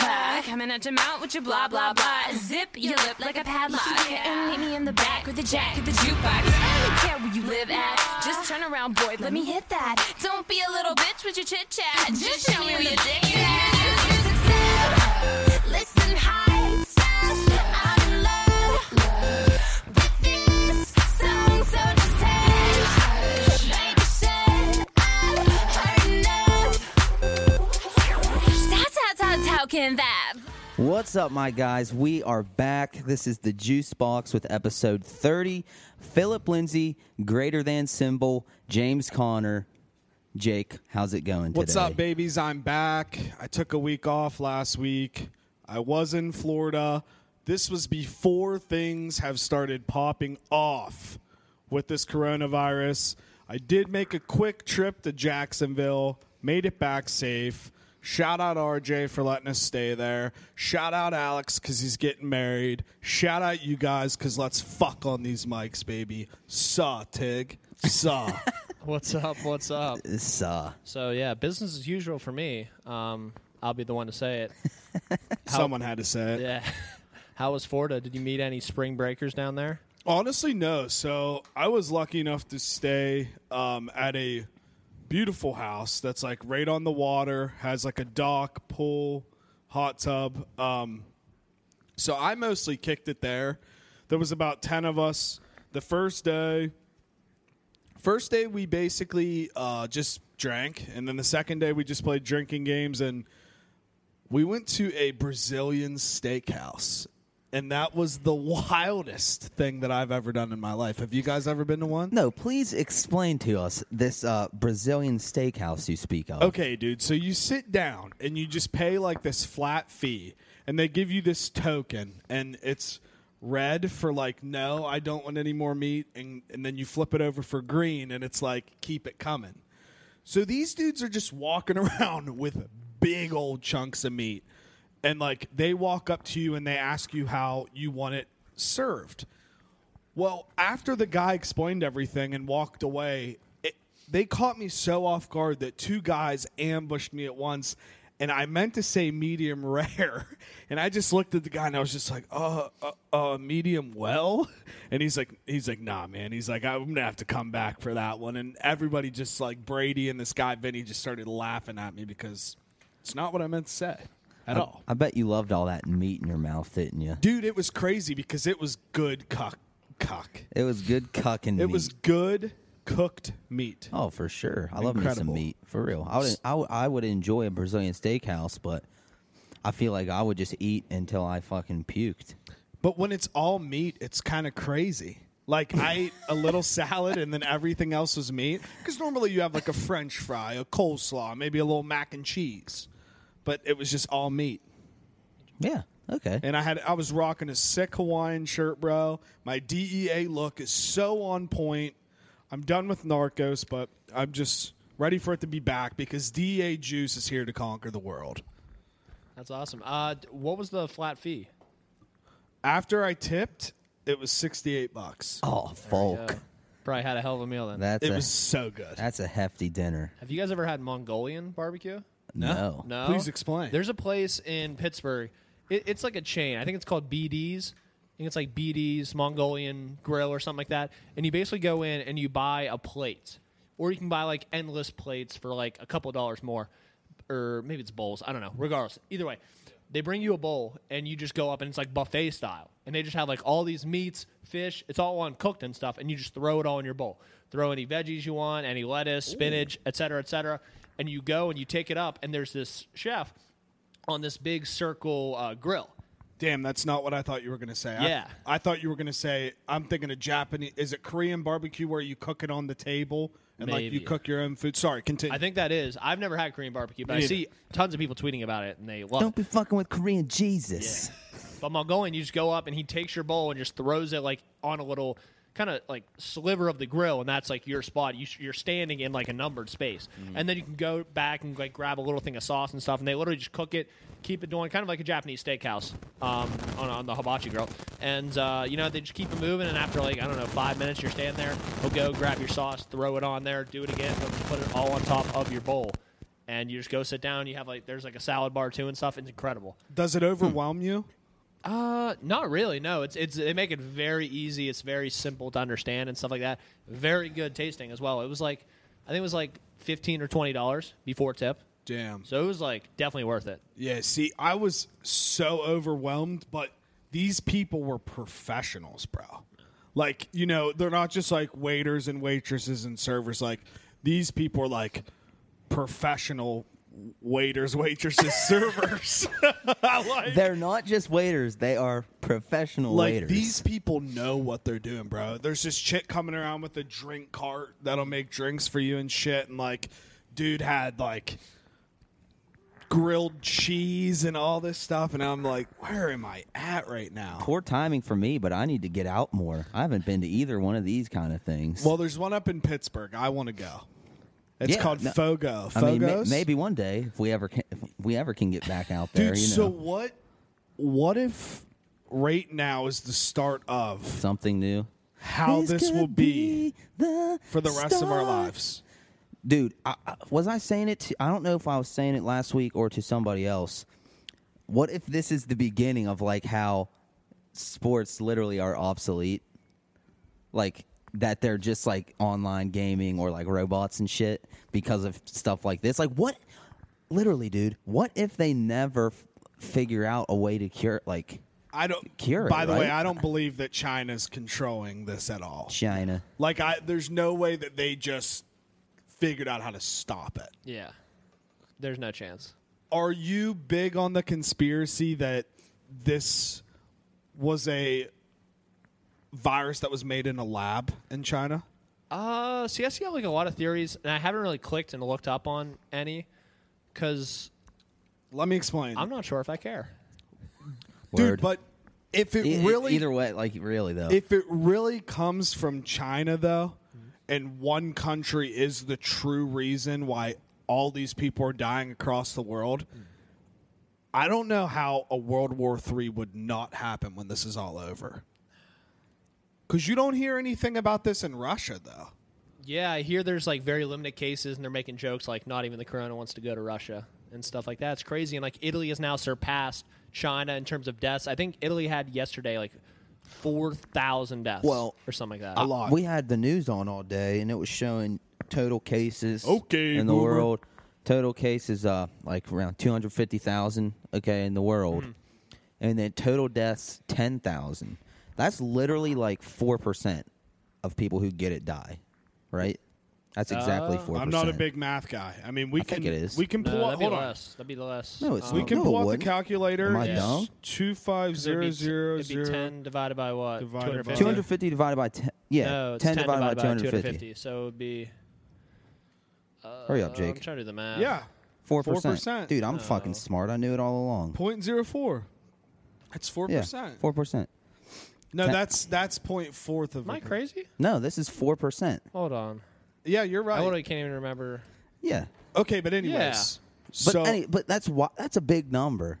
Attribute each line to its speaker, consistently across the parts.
Speaker 1: coming at your mouth with your blah blah blah. Zip your lip like a padlock. Yeah, and meet me in the back with the jack of the jukebox. I don't really care where you live at. Just turn around, boy. Let me hit that. Don't be a little bitch with your chit chat. Just show me where your dick is. Listen high, I'm in love with this song so distant. Like you said, I've heard enough. That's how talking that.
Speaker 2: What's up, my guys? We are back. This is the Juice Box with episode 30. Philip Lindsay, greater than symbol, James Connor. Jake, how's it going today?
Speaker 3: What's up, babies? I'm back. I took a week off last week. I was in Florida. This was before things have started popping off with this coronavirus. I did make a quick trip to Jacksonville, made it back safe. Shout out RJ for letting us stay there. Shout out Alex because he's getting married. Shout out you guys because let's fuck on these mics, baby. Saw, Tig. Saw.
Speaker 4: What's up? What's up?
Speaker 2: This, uh,
Speaker 4: So yeah, business as usual for me. Um, I'll be the one to say it.
Speaker 3: Someone had to say it.
Speaker 4: Yeah. How was Florida? Did you meet any spring breakers down there?
Speaker 3: Honestly, no. So I was lucky enough to stay um, at a beautiful house that's like right on the water, has like a dock, pool, hot tub. Um, so I mostly kicked it there. There was about 10 of us. The first day, first day we basically uh, just drank. And then the second day we just played drinking games and we went to a Brazilian steakhouse, and that was the wildest thing that I've ever done in my life. Have you guys ever been to one?
Speaker 2: no, please explain to us this uh, Brazilian steakhouse you speak of.
Speaker 3: Okay, dude. So you sit down and you just pay like this flat fee, and they give you this token, and it's red for like no, I don't want any more meat, and and then you flip it over for green, and it's like keep it coming. So these dudes are just walking around with big old chunks of meat, and like they walk up to you and they ask you how you want it served. Well, after the guy explained everything and walked away, it, they caught me so off guard that two guys ambushed me at once, and I meant to say medium rare, and I just looked at the guy and I was just like, "Uh, uh, uh medium well," and he's like, "He's like, nah, man." He's like, "I'm gonna have to come back for that one," and everybody just like Brady and this guy Vinny just started laughing at me because it's not what I meant to say at all.
Speaker 2: I bet you loved all that meat in your mouth, didn't you?
Speaker 3: Dude, it was crazy because it was good cock cock.
Speaker 2: It was good cucking.
Speaker 3: It was good cooked meat.
Speaker 2: Oh, for sure. I love me some
Speaker 3: Incredible.
Speaker 2: meat for real. I would I, would- I would enjoy a Brazilian steakhouse, but I feel like I would just eat until I fucking puked.
Speaker 3: But when it's all meat, it's kind of crazy. Like I ate a little salad and then everything else was meat. Because normally you have like a French fry, a coleslaw, maybe a little mac and cheese. But it was just all meat.
Speaker 2: Yeah. Okay.
Speaker 3: And I had I was rocking a sick Hawaiian shirt, bro. My DEA look is so on point. I'm done with narcos, but I'm just ready for it to be back because DEA juice is here to conquer the world.
Speaker 4: That's awesome. Uh, d- what was the flat fee?
Speaker 3: After I tipped, it was sixty eight bucks.
Speaker 2: oh,
Speaker 4: Yeah.
Speaker 2: folk.
Speaker 4: Probably had a hell of a meal then.
Speaker 2: That's
Speaker 3: It
Speaker 2: a
Speaker 3: was so good.
Speaker 2: that's a hefty dinner.
Speaker 4: Have you guys ever had Mongolian barbecue?
Speaker 2: No.
Speaker 4: No.
Speaker 3: Please explain.
Speaker 4: There's a place in Pittsburgh. It, it's like a chain. I think it's called BD's. I think it's like BD's Mongolian Grill or something like that. And you basically go in and you buy a plate, or you can buy like endless plates for like a couple dollars more, or maybe it's bowls. I don't know. Regardless, either way, they bring you a bowl and you just go up and it's like buffet style, and they just have like all these meats, fish. It's all on cooked and stuff, and you just throw it all in your bowl. Throw any veggies you want, any lettuce, spinach, et cetera, et cetera. And you go and you take it up, and there's this chef on this big circle uh, grill.
Speaker 3: Damn, that's not what I thought you were going to say. I-
Speaker 4: Yeah.
Speaker 3: I, thought you were going to say, I'm thinking of Japanese. Is it Korean barbecue where you cook it on the table and like you
Speaker 4: Maybe.
Speaker 3: cook your own food? Sorry, continue.
Speaker 4: I think that is. I've never had Korean barbecue, but I
Speaker 3: neither.
Speaker 4: see tons of people tweeting about it and they love
Speaker 2: Don't
Speaker 4: it.
Speaker 2: be fucking with Korean Jesus.
Speaker 4: But Mongolian, you just go up and he takes your bowl and just throws it like on a little kind of like sliver of the grill, and that's like your spot. You, sh- you're standing in like a numbered space, and then you can go back and like grab a little thing of sauce and stuff, and they literally just cook it, keep it doing, kind of like a Japanese steakhouse um, on, on the hibachi grill. And uh, you know they just keep it moving, and after like I don't know five minutes, you're standing there. He'll go grab your sauce, throw it on there, do it again, but put it all on top of your bowl. and you just go sit down. You have like there's like a salad bar too and stuff. It's incredible.
Speaker 3: Does it overwhelm you?
Speaker 4: Uh, not really. No, it's it's they make it very easy. It's very simple to understand and stuff like that. Very good tasting as well. It was like I think it was like fifteen or twenty dollars before tip.
Speaker 3: Damn.
Speaker 4: So it was like definitely worth it.
Speaker 3: Yeah, see, I was so overwhelmed, but these people were professionals, bro. Like, you know, they're not just like waiters and waitresses and servers. Like, these people are like professional waiters, waitresses, servers. like,
Speaker 2: They're not just waiters; they are professional
Speaker 3: like,
Speaker 2: waiters.
Speaker 3: these people know what they're doing, bro. There's this chick coming around with a drink cart that'll make drinks for you and shit. And like, dude had like grilled cheese and all this stuff. And I'm like, where am I at right now?
Speaker 2: Poor timing for me, but I need to get out more. I haven't been to either one of these kind of things.
Speaker 3: Well, there's one up in Pittsburgh. I want to go. It's
Speaker 2: Yeah,
Speaker 3: called
Speaker 2: no-
Speaker 3: Fogo. Fogos.
Speaker 2: I mean, ma- maybe one day if we ever can, if we ever can get back out there,
Speaker 3: dude.
Speaker 2: you know,
Speaker 3: So what? What if right now is the start of
Speaker 2: something new.
Speaker 3: how this, will
Speaker 2: could
Speaker 3: be,
Speaker 2: the
Speaker 3: for the rest of our
Speaker 2: start.
Speaker 3: lives?
Speaker 2: dude. I, I, was I saying it? To, I don't know if I was saying it last week or to somebody else. What if this is the beginning of like how sports literally are obsolete? Like that they're just like online gaming or like robots and shit because of stuff like this. Like what? Literally, dude. What if they never f- figure out a way to cure like
Speaker 3: I don't.
Speaker 2: Cure it,
Speaker 3: by the way,
Speaker 2: right?
Speaker 3: I don't believe that China's controlling this at all.
Speaker 2: China?
Speaker 3: Like, I there's no way that they just figured out how to stop it.
Speaker 4: Yeah, there's no chance.
Speaker 3: Are you big on the conspiracy that this was a virus that was made in a lab in China?
Speaker 4: Uh, see, I see like a lot of theories, and I haven't really clicked and looked up on any because
Speaker 3: Let me explain,
Speaker 4: I'm not sure if I care.
Speaker 3: dude.
Speaker 2: Word.
Speaker 3: But if it
Speaker 2: E-
Speaker 3: really,
Speaker 2: either way, like really though.
Speaker 3: if it really comes from China, though, and one country is the true reason why all these people are dying across the world, I don't know how a World War III would not happen when this is all over. Because you don't hear anything about this in Russia, though.
Speaker 4: Yeah, I hear there's like very limited cases, and they're making jokes like not even the corona wants to go to Russia and stuff like that. It's crazy, and like Italy has now surpassed China in terms of deaths. I think Italy had yesterday like four thousand deaths,
Speaker 2: Well,
Speaker 4: or something like that.
Speaker 3: a lot.
Speaker 2: We had the news on all day, and it was showing total cases
Speaker 3: Okay,
Speaker 2: in the
Speaker 3: boomer.
Speaker 2: world. Total cases, uh, like around two hundred fifty thousand, okay, in the world,
Speaker 3: Hmm.
Speaker 2: and then total deaths ten thousand. That's literally like four percent of people who get it die, right? That's exactly
Speaker 4: Uh,
Speaker 2: four.
Speaker 3: I'm not a big math guy. I mean, we can
Speaker 2: think it is.
Speaker 3: we can
Speaker 4: No,
Speaker 3: pull up.
Speaker 4: that'd be
Speaker 3: Hold on.
Speaker 4: less. That'd be less. Um,
Speaker 2: No, it's
Speaker 3: We
Speaker 2: not.
Speaker 3: can
Speaker 2: No,
Speaker 3: pull
Speaker 2: it
Speaker 3: out the
Speaker 2: wouldn't.
Speaker 3: calculator.
Speaker 2: Am I
Speaker 3: It's
Speaker 2: dumb?
Speaker 3: Two five
Speaker 4: It'd
Speaker 3: zero
Speaker 4: be-
Speaker 3: zero
Speaker 4: it'd be
Speaker 3: zero.
Speaker 4: ten divided by what?
Speaker 3: Divided by-
Speaker 2: two hundred fifty divided by ten. Yeah,
Speaker 4: No, it's
Speaker 2: 10,
Speaker 4: 10
Speaker 2: divided by two hundred
Speaker 4: 250.
Speaker 2: fifty.
Speaker 4: So it would be. Uh,
Speaker 2: Hurry up,
Speaker 4: I'm
Speaker 2: Jake.
Speaker 4: trying to do the math.
Speaker 3: Yeah,
Speaker 2: Four
Speaker 3: 4%.
Speaker 2: percent, dude. I'm fucking
Speaker 4: No.
Speaker 2: smart. I knew it all along.
Speaker 3: point zero four. That's four
Speaker 2: Yeah,
Speaker 3: percent.
Speaker 2: four percent.
Speaker 3: No,
Speaker 2: Ten-
Speaker 3: that's that's point fourth of.
Speaker 4: Am I
Speaker 3: a per-
Speaker 4: crazy?
Speaker 2: No, this is four percent.
Speaker 4: Hold on.
Speaker 3: Yeah, you're
Speaker 4: I literally
Speaker 3: right.
Speaker 4: can't even remember.
Speaker 2: Yeah.
Speaker 3: Okay, but anyways,
Speaker 2: But
Speaker 3: so
Speaker 2: any, but that's why that's a big number.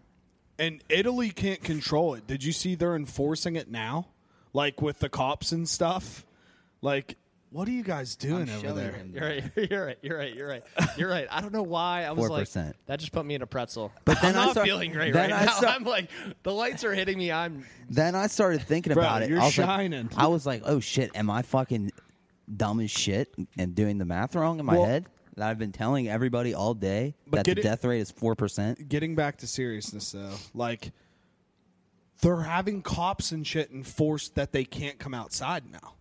Speaker 3: and Italy can't control it. Did you see they're enforcing it now, like with the cops and stuff? Like, what are you guys doing over there?
Speaker 4: You're right. You're right. You're right. You're right. You're right. I don't know why I was like
Speaker 2: 4%.
Speaker 4: that. Just put me in a pretzel.
Speaker 2: But then
Speaker 4: I'm
Speaker 2: I
Speaker 4: not
Speaker 2: start-
Speaker 4: feeling great
Speaker 2: then
Speaker 4: right
Speaker 2: I
Speaker 4: now.
Speaker 2: start-
Speaker 4: I'm like the lights are hitting me. I'm
Speaker 2: Then I started thinking
Speaker 3: Bro,
Speaker 2: about it.
Speaker 3: you're
Speaker 2: I was like-
Speaker 3: shining.
Speaker 2: I was like, oh shit, am I fucking dumb as shit and doing the math wrong in my
Speaker 3: Well-
Speaker 2: head? That I've been telling everybody all day
Speaker 3: But
Speaker 2: that
Speaker 3: get
Speaker 2: the
Speaker 3: it-
Speaker 2: death rate is four percent.
Speaker 3: Getting back to seriousness though, like they're having cops and shit enforced that they can't come outside now.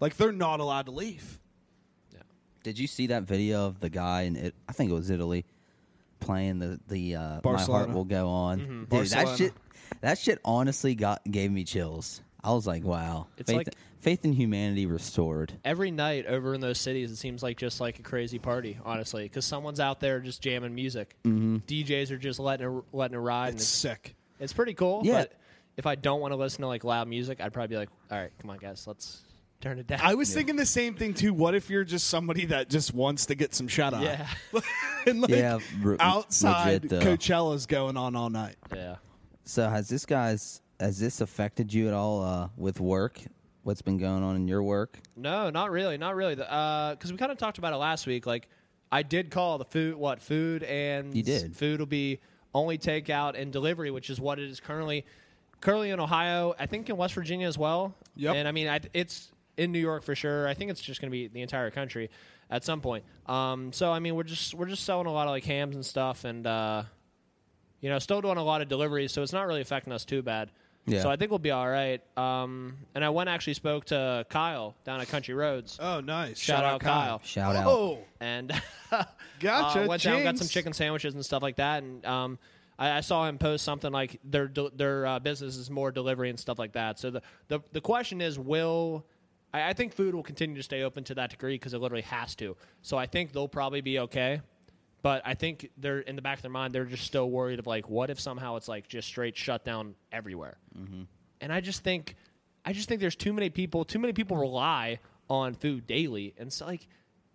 Speaker 3: Like they're not allowed to leave.
Speaker 2: Did you see that video of the guy in it? I think it was Italy playing the the uh, my heart
Speaker 3: Barcelona. Mm-hmm.
Speaker 2: will go on. Dude,
Speaker 3: Barcelona.
Speaker 2: that shit that shit honestly got gave me chills. I was like, wow,
Speaker 4: It's
Speaker 2: faith,
Speaker 4: like-
Speaker 2: faith in humanity restored.
Speaker 4: every night over in those cities. It seems like just like a crazy party, honestly, because someone's out there just jamming music.
Speaker 2: Mm-hmm.
Speaker 4: DJs are just letting it, letting it ride. and
Speaker 3: It's
Speaker 4: it's,
Speaker 3: sick.
Speaker 4: It's pretty cool.
Speaker 2: Yeah.
Speaker 4: But if I don't want to listen to like loud music, I'd probably be like, all right, come on, guys, let's turn it down.
Speaker 3: I was thinking the same thing too. What if you're just somebody that just wants to get some shut eye?
Speaker 4: Yeah.
Speaker 3: and like
Speaker 2: Yeah, re-
Speaker 3: outside
Speaker 2: legit, uh,
Speaker 3: Coachella's going on all night.
Speaker 4: yeah.
Speaker 2: So has this guys has this affected you at all uh, with work? What's been going on in your work?
Speaker 4: No, not really, not really. Because uh 'cause we kind of talked about it last week. Like I did call the food. What food and
Speaker 2: You did.
Speaker 4: food will be only takeout and delivery, which is what it is currently. Currently in Ohio, I think in West Virginia as well.
Speaker 3: Yep.
Speaker 4: And I mean, I, it's in New York for sure. I think it's just going to be the entire country at some point. Um, so I mean, we're just we're just selling a lot of like hams and stuff, and uh, you know, still doing a lot of deliveries, so it's not really affecting us too bad.
Speaker 2: Yeah.
Speaker 4: So I think we'll be all right. Um, and I went and actually spoke to Kyle down at Country Roads.
Speaker 3: Oh, nice.
Speaker 4: Shout out Kyle.
Speaker 2: Shout out.
Speaker 3: Oh,
Speaker 4: and
Speaker 3: Gotcha,
Speaker 4: uh, went down, got
Speaker 3: Jinx.
Speaker 4: some chicken sandwiches and stuff like that. And um, I, I saw him post something like their del- their uh, business is more delivery and stuff like that. So the the, the question is, will I, I think food will continue to stay open to that degree because it literally has to. So I think they'll probably be okay. But I think they're in the back of their mind, they're just still worried of like, what if somehow it's like just straight shut down everywhere? and I just think, I just think there's too many people. Too many people rely on food daily, and so like,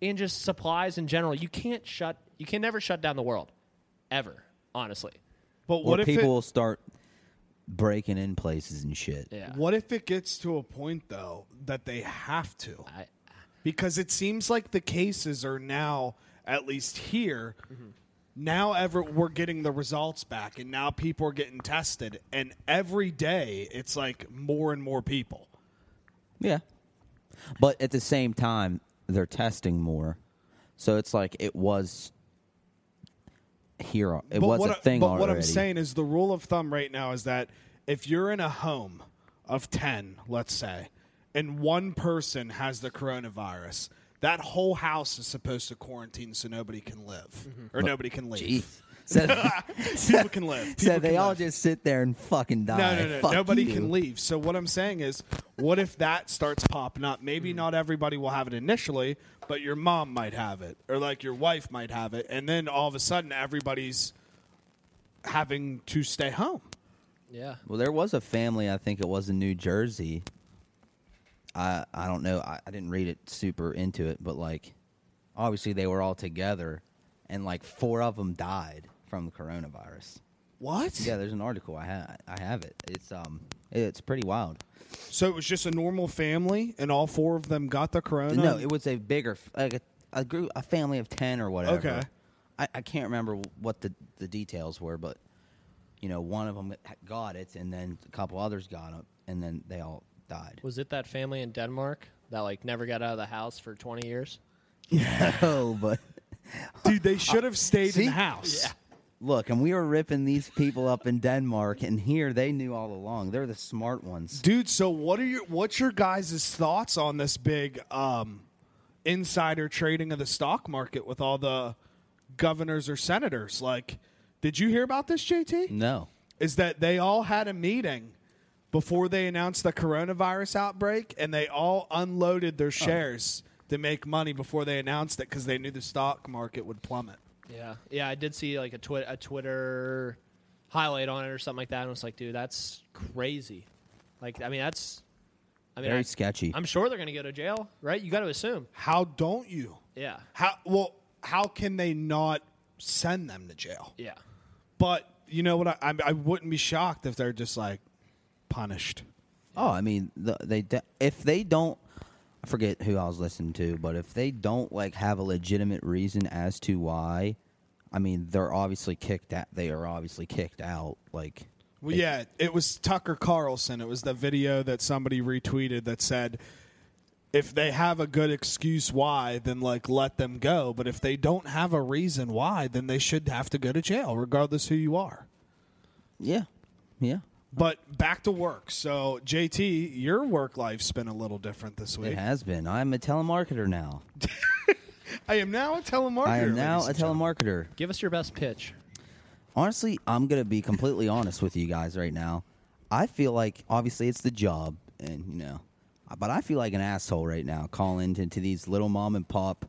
Speaker 4: and just supplies in general. You can't shut, you can never shut down the world, ever. Honestly,
Speaker 3: But
Speaker 2: Or
Speaker 3: what if
Speaker 2: people
Speaker 3: it,
Speaker 2: will start breaking in places and shit.
Speaker 4: yeah.
Speaker 3: What if it gets to a point though that they have to?
Speaker 4: I,
Speaker 3: Because it seems like the cases are now, at least here,
Speaker 4: Mm-hmm.
Speaker 3: now ever we're getting the results back, and now people are getting tested, and every day it's like more and more people.
Speaker 2: Yeah. But at the same time, they're testing more. So it's like it was here. It was
Speaker 3: what
Speaker 2: a
Speaker 3: I-
Speaker 2: thing
Speaker 3: but
Speaker 2: already.
Speaker 3: what I'm saying is the rule of thumb right now is that if you're in a home of 10, let's say, and one person has the coronavirus, that whole house is supposed to quarantine so nobody can live or nobody can leave.
Speaker 2: Jeez. So,
Speaker 3: People can live. People
Speaker 2: so they
Speaker 3: can
Speaker 2: all
Speaker 3: live.
Speaker 2: just sit there and fucking die.
Speaker 3: No, no, no.
Speaker 2: Fuck
Speaker 3: Nobody
Speaker 2: you.
Speaker 3: can leave. So what I'm saying is, what if that starts popping up? Maybe not everybody will have it initially, but your mom might have it, or like your wife might have it, and then all of a sudden everybody's having to stay home.
Speaker 4: yeah.
Speaker 2: Well, there was a family. I think it was in New Jersey. I I don't know. I, I didn't read it super into it, but like, obviously they were all together, and like four of them died from the coronavirus.
Speaker 3: What?
Speaker 2: Yeah, there's an article. I ha- I have it. It's um, it's pretty wild.
Speaker 3: So it was just a normal family, and all four of them got the corona.
Speaker 2: No, it was a bigger, f- like a, a group, a family of ten or whatever.
Speaker 3: Okay.
Speaker 2: I, I can't remember what the the details were, but you know, one of them got it, and then a couple others got it, and then they all died.
Speaker 4: Was it that family in Denmark that like never got out of the house for 20 years?
Speaker 2: oh, but
Speaker 3: dude, they should have stayed
Speaker 2: See?
Speaker 3: in the house.
Speaker 2: look, and we were ripping these people up in Denmark, and here they knew all along. They're the smart ones.
Speaker 3: Dude, so what are your what's your guys' thoughts on this big um, insider trading of the stock market with all the governors or senators? Like, did you hear about this, JT?
Speaker 2: No,
Speaker 3: is that they all had a meeting before they announced the coronavirus outbreak and they all unloaded
Speaker 2: Oh.
Speaker 3: their shares to make money before they announced it because they knew the stock market would plummet.
Speaker 4: Yeah, yeah. I did see like a twi- a Twitter highlight on it or something like that, and I was like, dude, that's crazy. Like, I mean, that's. I mean,
Speaker 2: very
Speaker 4: I-
Speaker 2: sketchy.
Speaker 4: I'm sure they're going to go to jail, right? You got to assume.
Speaker 3: How don't you?
Speaker 4: Yeah.
Speaker 3: How well? How can they not send them to jail?
Speaker 4: Yeah.
Speaker 3: But you know what? I, I, I wouldn't be shocked if they're just like punished.
Speaker 2: oh, I mean, the, they de- if they don't, I forget who I was listening to, but if they don't like have a legitimate reason as to why, I mean, they're obviously kicked out. They are obviously kicked out. Like,
Speaker 3: Well, yeah, it was Tucker Carlson. It was the video that somebody retweeted that said, if they have a good excuse why, then like let them go. But if they don't have a reason why, then they should have to go to jail, regardless who you are.
Speaker 2: yeah, yeah,
Speaker 3: But back to work. So, JT, your work life's been a little different this
Speaker 2: it
Speaker 3: week.
Speaker 2: has been. I'm a telemarketer now.
Speaker 3: I am now a telemarketer.
Speaker 2: I am now
Speaker 3: ladies
Speaker 2: a
Speaker 3: and gentlemen.
Speaker 2: telemarketer.
Speaker 4: Give us your best pitch.
Speaker 2: Honestly, I'm going to be completely honest with you guys right now. I feel like obviously it's the job and you know, but I feel like an asshole right now calling into these little mom and pop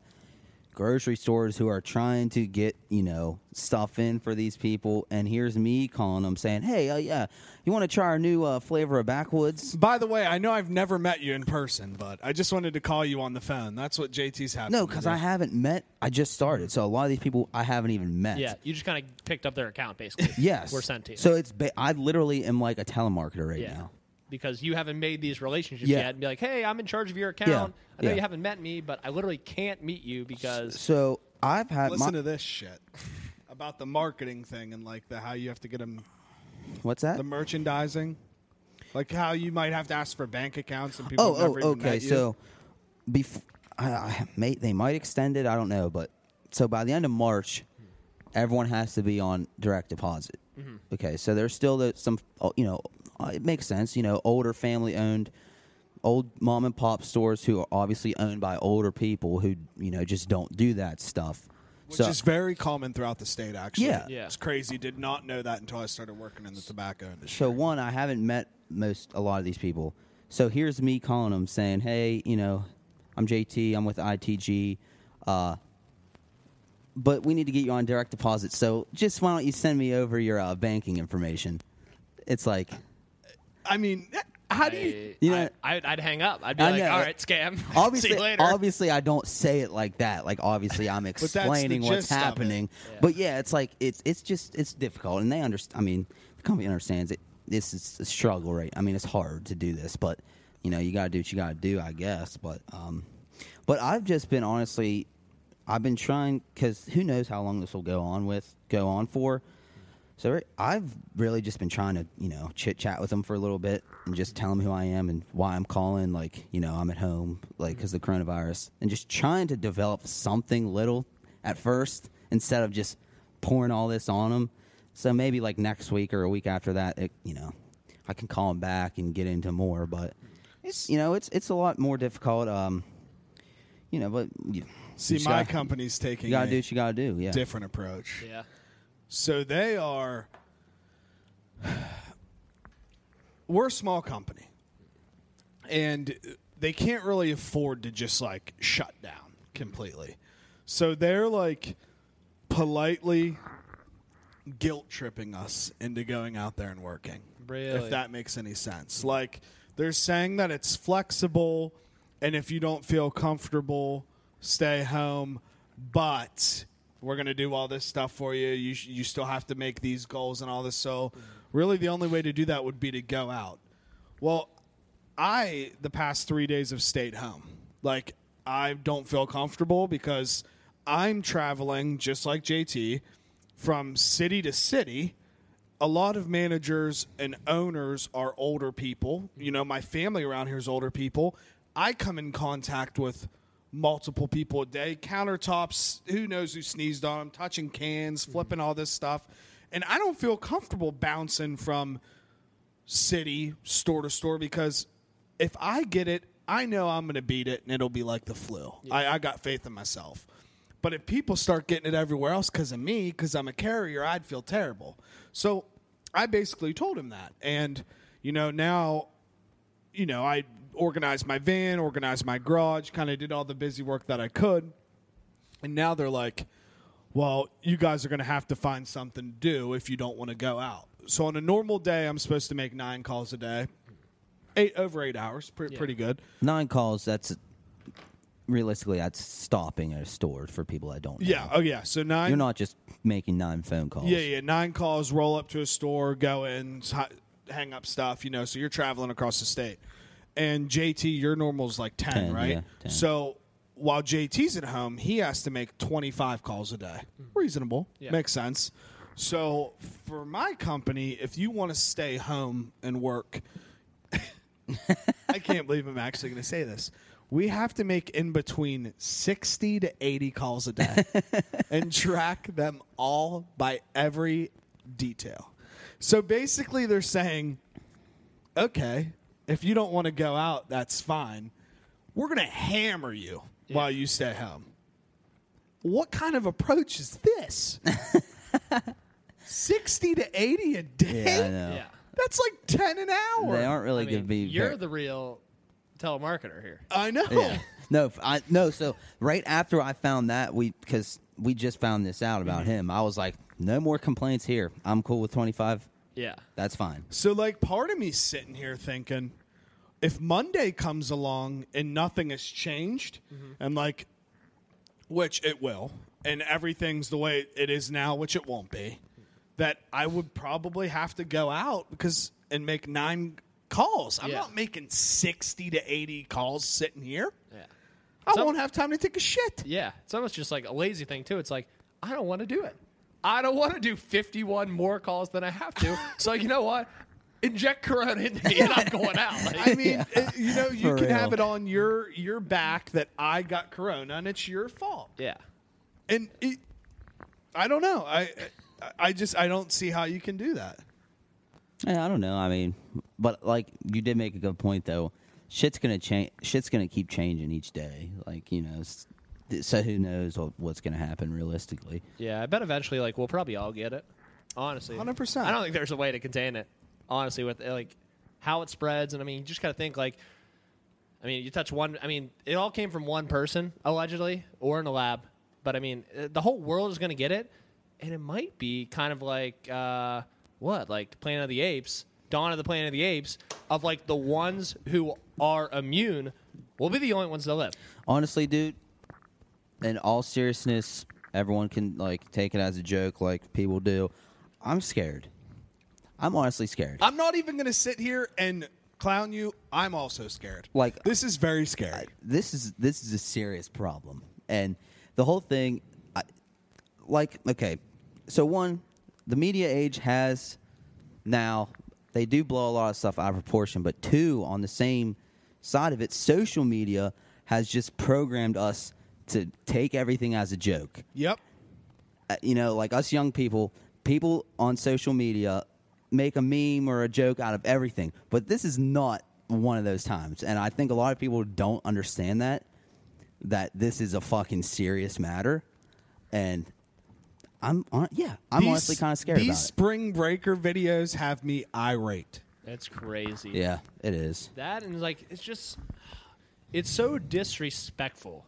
Speaker 2: grocery stores who are trying to get, you know, stuff in for these people and here's me calling them saying, "Hey, uh, yeah, you want to try our new uh, flavor of backwoods?"
Speaker 3: By the way, I know I've never met you in person, but I just wanted to call you on the phone. That's what JT's happening.
Speaker 2: No, cuz I haven't met. I just started. So a lot of these people I haven't even met.
Speaker 4: Yeah, you just kind of picked up their account, basically.
Speaker 2: Yes.
Speaker 4: We're sent to you.
Speaker 2: So it's ba- I literally am like a telemarketer right
Speaker 4: yeah.
Speaker 2: now.
Speaker 4: Because you haven't made these relationships
Speaker 2: Yeah.
Speaker 4: yet and be like, hey, I'm in charge of your account. I know
Speaker 2: yeah.
Speaker 4: you haven't met me, but I literally can't meet you because
Speaker 2: So I've had
Speaker 3: Listen
Speaker 2: my,
Speaker 3: to this shit about the marketing thing and like the how you have to get them
Speaker 2: what's that?
Speaker 3: the merchandising, like how you might have to ask for bank accounts and people.
Speaker 2: Oh,
Speaker 3: have
Speaker 2: oh,
Speaker 3: never even
Speaker 2: okay.
Speaker 3: met you.
Speaker 2: So, bef- I, I may, they might extend it. I don't know, but so by the end of March, everyone has to be on direct deposit.
Speaker 3: Mm-hmm.
Speaker 2: Okay, so there's still the, some, uh, you know, uh, it makes sense. You know, older family-owned, old mom and pop stores who are obviously owned by older people who you know just don't do that stuff.
Speaker 3: which
Speaker 2: so
Speaker 3: is very common throughout the state. Actually,
Speaker 2: Yeah.
Speaker 4: Yeah.
Speaker 3: it's crazy. Did not know that until I started working in the tobacco industry.
Speaker 2: So one, I haven't met most a lot of these people. So here's me calling them saying, "Hey, you know, I'm JT. I'm with ITG, uh, but we need to get you on direct deposit. So just why don't you send me over your uh, banking information?" It's like,
Speaker 3: I mean, eh, how do you?
Speaker 2: You know-
Speaker 4: I, would I'd hang up. I'd be
Speaker 2: I
Speaker 4: like,
Speaker 2: know.
Speaker 4: all right, scam. See
Speaker 2: obviously,
Speaker 4: you later.
Speaker 2: obviously, I don't say it like that. Like, obviously, I'm
Speaker 3: that's the
Speaker 2: explaining what's
Speaker 3: gist of it.
Speaker 2: happening. But yeah, it's like it's it's just it's difficult, and they understand. I mean, the company understands it. This is a struggle, right? I mean, it's hard to do this, but you know, you got to do what you got to do, I guess. But um, but I've just been honestly, I've been trying because who knows how long this will go on with go on for. So I've really just been trying to, you know, chit chat with them for a little bit and just tell them who I am and why I'm calling. Like, you know, I'm at home, like, because the coronavirus, and just trying to develop something little at first instead of just pouring all this on them. So maybe like next week or a week after that, it, you know, I can call them back and get into more. But it's, you know, it's it's a lot more difficult. Um, you know, but you,
Speaker 3: See,
Speaker 2: you
Speaker 3: my
Speaker 2: gotta-
Speaker 3: company's taking
Speaker 2: You gotta
Speaker 3: a
Speaker 2: do what you gotta do. Yeah.
Speaker 3: different approach.
Speaker 4: yeah.
Speaker 3: So they are. We're a small company, and they can't really afford to just like shut down completely. So they're like politely guilt tripping us into going out there and working.
Speaker 4: Really?
Speaker 3: If that makes any sense. Like they're saying that it's flexible and if you don't feel comfortable, stay home, but we're going to do all this stuff for you. You sh- you still have to make these goals and all this. So really the only way to do that would be to go out. Well, I the past three days have stayed home. Like I don't feel comfortable because I'm traveling just like JT from city to city. A lot of managers and owners are older people. You know, my family around here is older people. I come in contact with multiple people a day. Countertops, who knows who sneezed on them, touching cans, flipping all this stuff. And I don't feel comfortable bouncing from city store to store because if I get it, I know I'm going to beat it and it'll be like the flu. I, I got faith in myself. But if people start getting it everywhere else because of me, because I'm a carrier, I'd feel terrible. So I basically told him that. And, you know, now you know, I organized my van, organized my garage, kind of did all the busy work that I could. And now they're like, well, you guys are going to have to find something to do if you don't want to go out. So on a normal day, I'm supposed to make nine calls a day, eight over eight hours, pre- pretty good.
Speaker 2: Nine calls. That's realistically that's stopping at a store for people that don't. know.
Speaker 3: Yeah. Oh, yeah. So 9
Speaker 2: you're not just making nine phone calls.
Speaker 3: Yeah, yeah. Nine calls, roll up to a store, go in, hi- hang up stuff, you know. So you're traveling across the state. And JT, your normal is like 10,
Speaker 2: 10,
Speaker 3: right?
Speaker 2: yeah, 10.
Speaker 3: So while JT's at home, he has to make 25 calls a day. Reasonable.
Speaker 4: Yeah.
Speaker 3: Makes sense. So for my company, if you want to stay home and work, I can't believe I'm actually going to say this. We have to make in between 60 to 80 calls a day and track them all by every detail. So basically, they're saying, okay, if you don't want to go out, that's fine. We're going to hammer you while you stay home. What kind of approach is this? 60 to 80 a day?
Speaker 2: Yeah, I know.
Speaker 4: Yeah.
Speaker 3: That's like 10 an hour.
Speaker 2: They aren't really
Speaker 4: I
Speaker 2: going to
Speaker 4: mean,
Speaker 2: be.
Speaker 4: you're
Speaker 2: very-
Speaker 4: the real telemarketer here.
Speaker 3: I know.
Speaker 2: Yeah. No, f- I no. So right after I found that we because we just found this out
Speaker 4: Mm-hmm.
Speaker 2: about him, I was like, no more complaints here. I'm cool with 25.
Speaker 4: Yeah.
Speaker 2: That's fine.
Speaker 3: So, like, part of me's sitting here thinking, if Monday comes along and nothing has changed,
Speaker 4: Mm-hmm.
Speaker 3: and like, which it will, and everything's the way it is now, which it won't be, that I would probably have to go out because and make nine calls. I'm
Speaker 4: Yeah.
Speaker 3: not making 60 to 80 calls sitting here.
Speaker 4: Yeah.
Speaker 3: I
Speaker 4: Some-
Speaker 3: won't have time to take a shit.
Speaker 4: Yeah, it's almost just like a lazy thing too. It's like I don't want to do it. I don't want to do 51 more calls than I have to. so you know what? Inject corona into me and I'm going out. Like,
Speaker 3: I mean, uh, you know, you
Speaker 2: For
Speaker 3: can
Speaker 2: real.
Speaker 3: have it on your your back that I got corona and it's your fault.
Speaker 4: yeah.
Speaker 3: And it, I don't know. I I- I just I don't see how you can do that.
Speaker 2: Yeah, I don't know. I mean, but like you did make a good point though. Shit's gonna change. Shit's gonna keep changing each day. Like you know, s- so who knows what, what's gonna happen realistically?
Speaker 4: Yeah, I bet eventually, like, we'll probably all get it. Honestly,
Speaker 3: 100%.
Speaker 4: I don't think there's a way to contain it. Honestly, with like how it spreads, and I mean, you just gotta think like, I mean, you touch one. I mean, it all came from one person allegedly, or in a lab. But I mean, uh, the whole world is gonna get it, and it might be kind of like uh, what, like Planet of the Apes, Dawn of the Planet of the Apes, of like the ones who are immune will be the only ones that live.
Speaker 2: Honestly, dude. In all seriousness, everyone can like take it as a joke, like people do. I'm scared. I'm honestly scared.
Speaker 3: I'm not even going to sit here and clown you. I'm also scared.
Speaker 2: Like-
Speaker 3: this is very scary.
Speaker 2: this is this is a serious problem, and the whole thing, I, like, okay, so one, the media age has now they do blow a lot of stuff out of proportion, but two, on the same side of it, social media has just programmed us to take everything as a joke.
Speaker 3: yep.
Speaker 2: Uh, You know, like us young people, people on social media make a meme or a joke out of everything, but this is not one of those times, and I think a lot of people don't understand that that this is a fucking serious matter, and I'm on, yeah, I'm
Speaker 3: These-
Speaker 2: honestly kind of scared
Speaker 3: These
Speaker 2: about it.
Speaker 3: spring breaker videos have me irate.
Speaker 4: That's crazy.
Speaker 2: Yeah, it is.
Speaker 4: That and like it's just it's so disrespectful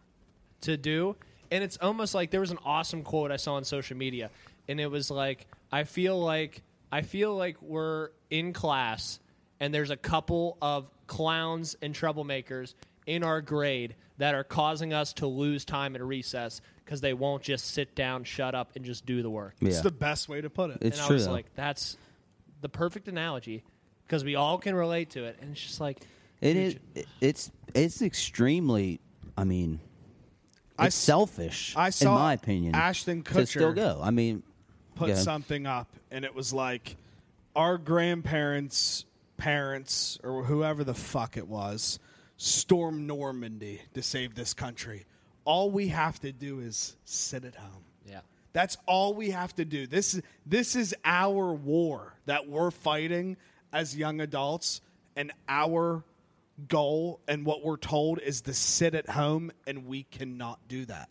Speaker 4: to do and it's almost like there was an awesome quote I saw on social media and it was like I feel like I feel like we're in class and there's a couple of clowns and troublemakers in our grade that are causing us to lose time at recess because they won't just sit down, shut up, and just do the work.
Speaker 2: Yeah,
Speaker 3: It's the best way to put it.
Speaker 2: It's-
Speaker 4: and I
Speaker 2: true,
Speaker 4: was
Speaker 2: though.
Speaker 4: like, that's the perfect analogy because we all can relate to it. And it's just like
Speaker 2: it
Speaker 4: dude,
Speaker 2: is. it- It's it's extremely. I mean,
Speaker 3: I
Speaker 2: it's
Speaker 3: s-
Speaker 2: selfish.
Speaker 3: I saw
Speaker 2: in my opinion,
Speaker 3: Ashton
Speaker 2: to still
Speaker 3: Kutcher
Speaker 2: go. I mean,
Speaker 3: put
Speaker 2: go ahead.
Speaker 3: something up and it was like our grandparents parents or whoever the fuck it was storm normandy to save this country all we have to do is sit at home
Speaker 4: Yeah.
Speaker 3: that's all we have to do this is this is our war that we're fighting as young adults and our goal and what we're told is to sit at home and we cannot do that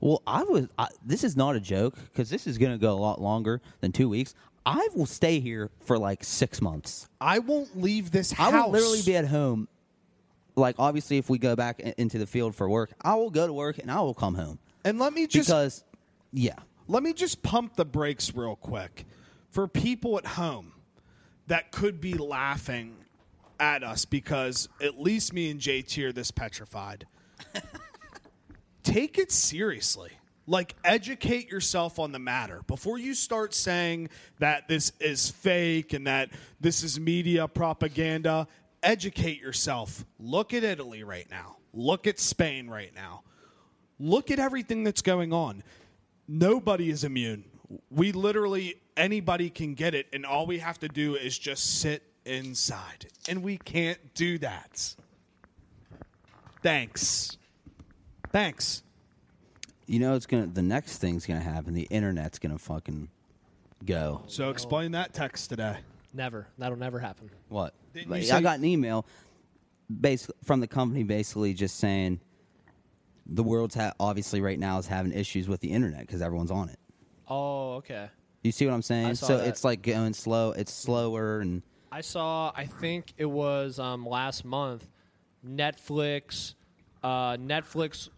Speaker 2: Well, I was. I, this is not a joke because this is going to go a lot longer than two weeks. I will stay here for like six months.
Speaker 3: i won't leave this
Speaker 2: I
Speaker 3: house
Speaker 2: will literally be at home. Like obviously, if we go back i- into the field for work, I will go to work and I will come home
Speaker 3: and let me just
Speaker 2: because, yeah,
Speaker 3: Let me just pump the brakes real quick for people at home that could be laughing at us because at least me and JT are this petrified. Take it seriously. Like, educate yourself on the matter before you start saying that this is fake and that this is media propaganda. Educate yourself. Look at Italy right now. Look at Spain right now look at everything that's going on. Nobody is immune. We literally anybody can get it, and all we have to do is just sit inside, and we can't do that. Thanks. Thanks.
Speaker 2: you know it's gonna. The next thing's gonna happen. The internet's gonna fucking go.
Speaker 3: So explain that text today.
Speaker 4: Never. That'll never happen.
Speaker 2: What?
Speaker 3: Didn't
Speaker 2: Like,
Speaker 3: you
Speaker 2: I
Speaker 3: say-
Speaker 2: got an email basically from the company basically just saying the world's ha- obviously right now is having issues with the internet because everyone's on it.
Speaker 4: Oh, okay.
Speaker 2: You see what I'm saying?
Speaker 4: I saw
Speaker 2: so
Speaker 4: that. Mm-hmm.
Speaker 2: it's like going slow. It's slower and
Speaker 4: I saw. I think it was um, last month. Netflix, uh, Netflix,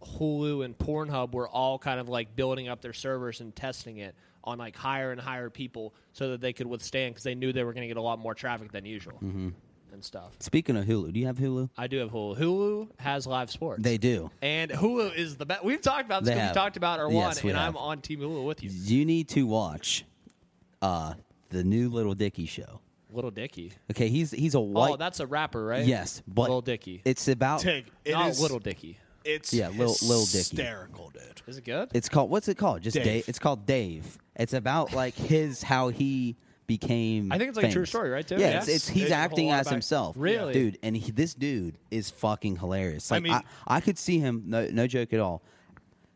Speaker 4: Hulu, and Pornhub were all kind of like building up their servers and testing it on like higher and higher people so that they could withstand because they knew they were going to get a lot more traffic than usual
Speaker 2: Mm-hmm.
Speaker 4: and stuff.
Speaker 2: speaking of Hulu, do you have Hulu?
Speaker 4: I do have Hulu. Hulu has live sports.
Speaker 2: They do.
Speaker 4: And Hulu is the best. We've talked about this.
Speaker 2: They
Speaker 4: 'cause We
Speaker 2: have.
Speaker 4: talked about our
Speaker 2: Yes, we
Speaker 4: one, and
Speaker 2: have.
Speaker 4: I'm on Team Hulu with you.
Speaker 2: You need to watch uh the new Little Dicky show.
Speaker 4: Little Dicky.
Speaker 2: Okay, he's he's a white
Speaker 4: oh, that's a rapper, right?
Speaker 2: Yes, but
Speaker 4: Little Dicky.
Speaker 2: It's about
Speaker 3: Tig, it
Speaker 4: Not
Speaker 3: is-
Speaker 4: Little Dicky.
Speaker 3: It's
Speaker 2: Yeah, Lil- Lil Dicky.
Speaker 3: hysterical, dude.
Speaker 4: Is it good?
Speaker 2: It's called what's it called? Just
Speaker 3: Dave.
Speaker 2: Dave. It's called Dave. It's about like his how he became.
Speaker 4: I think it's, like, a true
Speaker 2: famous.
Speaker 4: story, right, too?
Speaker 2: Yeah,
Speaker 4: Yeah.
Speaker 2: It's, it's he's
Speaker 4: It's a whole
Speaker 2: acting
Speaker 4: lot
Speaker 2: as
Speaker 4: about-
Speaker 2: himself.
Speaker 4: Really?
Speaker 2: dude. And he, this dude is fucking hilarious.
Speaker 3: I
Speaker 2: Like I,
Speaker 3: mean-
Speaker 2: I, could see him. No, no joke at all.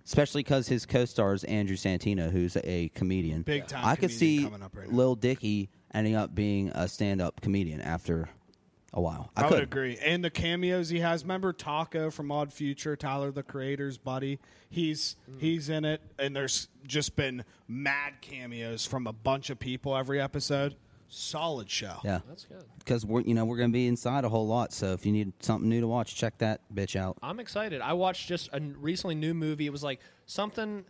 Speaker 2: Especially because his co-star is Andrew Santino, who's a comedian.
Speaker 3: Big time
Speaker 2: I could
Speaker 3: comedian
Speaker 2: see
Speaker 3: coming up right now.
Speaker 2: Lil Dicky ending up being a stand-up comedian after a while. I,
Speaker 3: I,
Speaker 2: could
Speaker 3: would agree. And the cameos he has. Remember Taco from Odd Future, Tyler the Creator's buddy. He's
Speaker 2: Mm.
Speaker 3: he's in it, and there's just been mad cameos from a bunch of people every episode. Solid show.
Speaker 2: Yeah,
Speaker 4: That's good.
Speaker 2: because we're you know we're gonna be inside a whole lot. So if you need something new to watch, check that bitch out.
Speaker 4: I'm excited. I watched just a n- recently new movie. It was like something,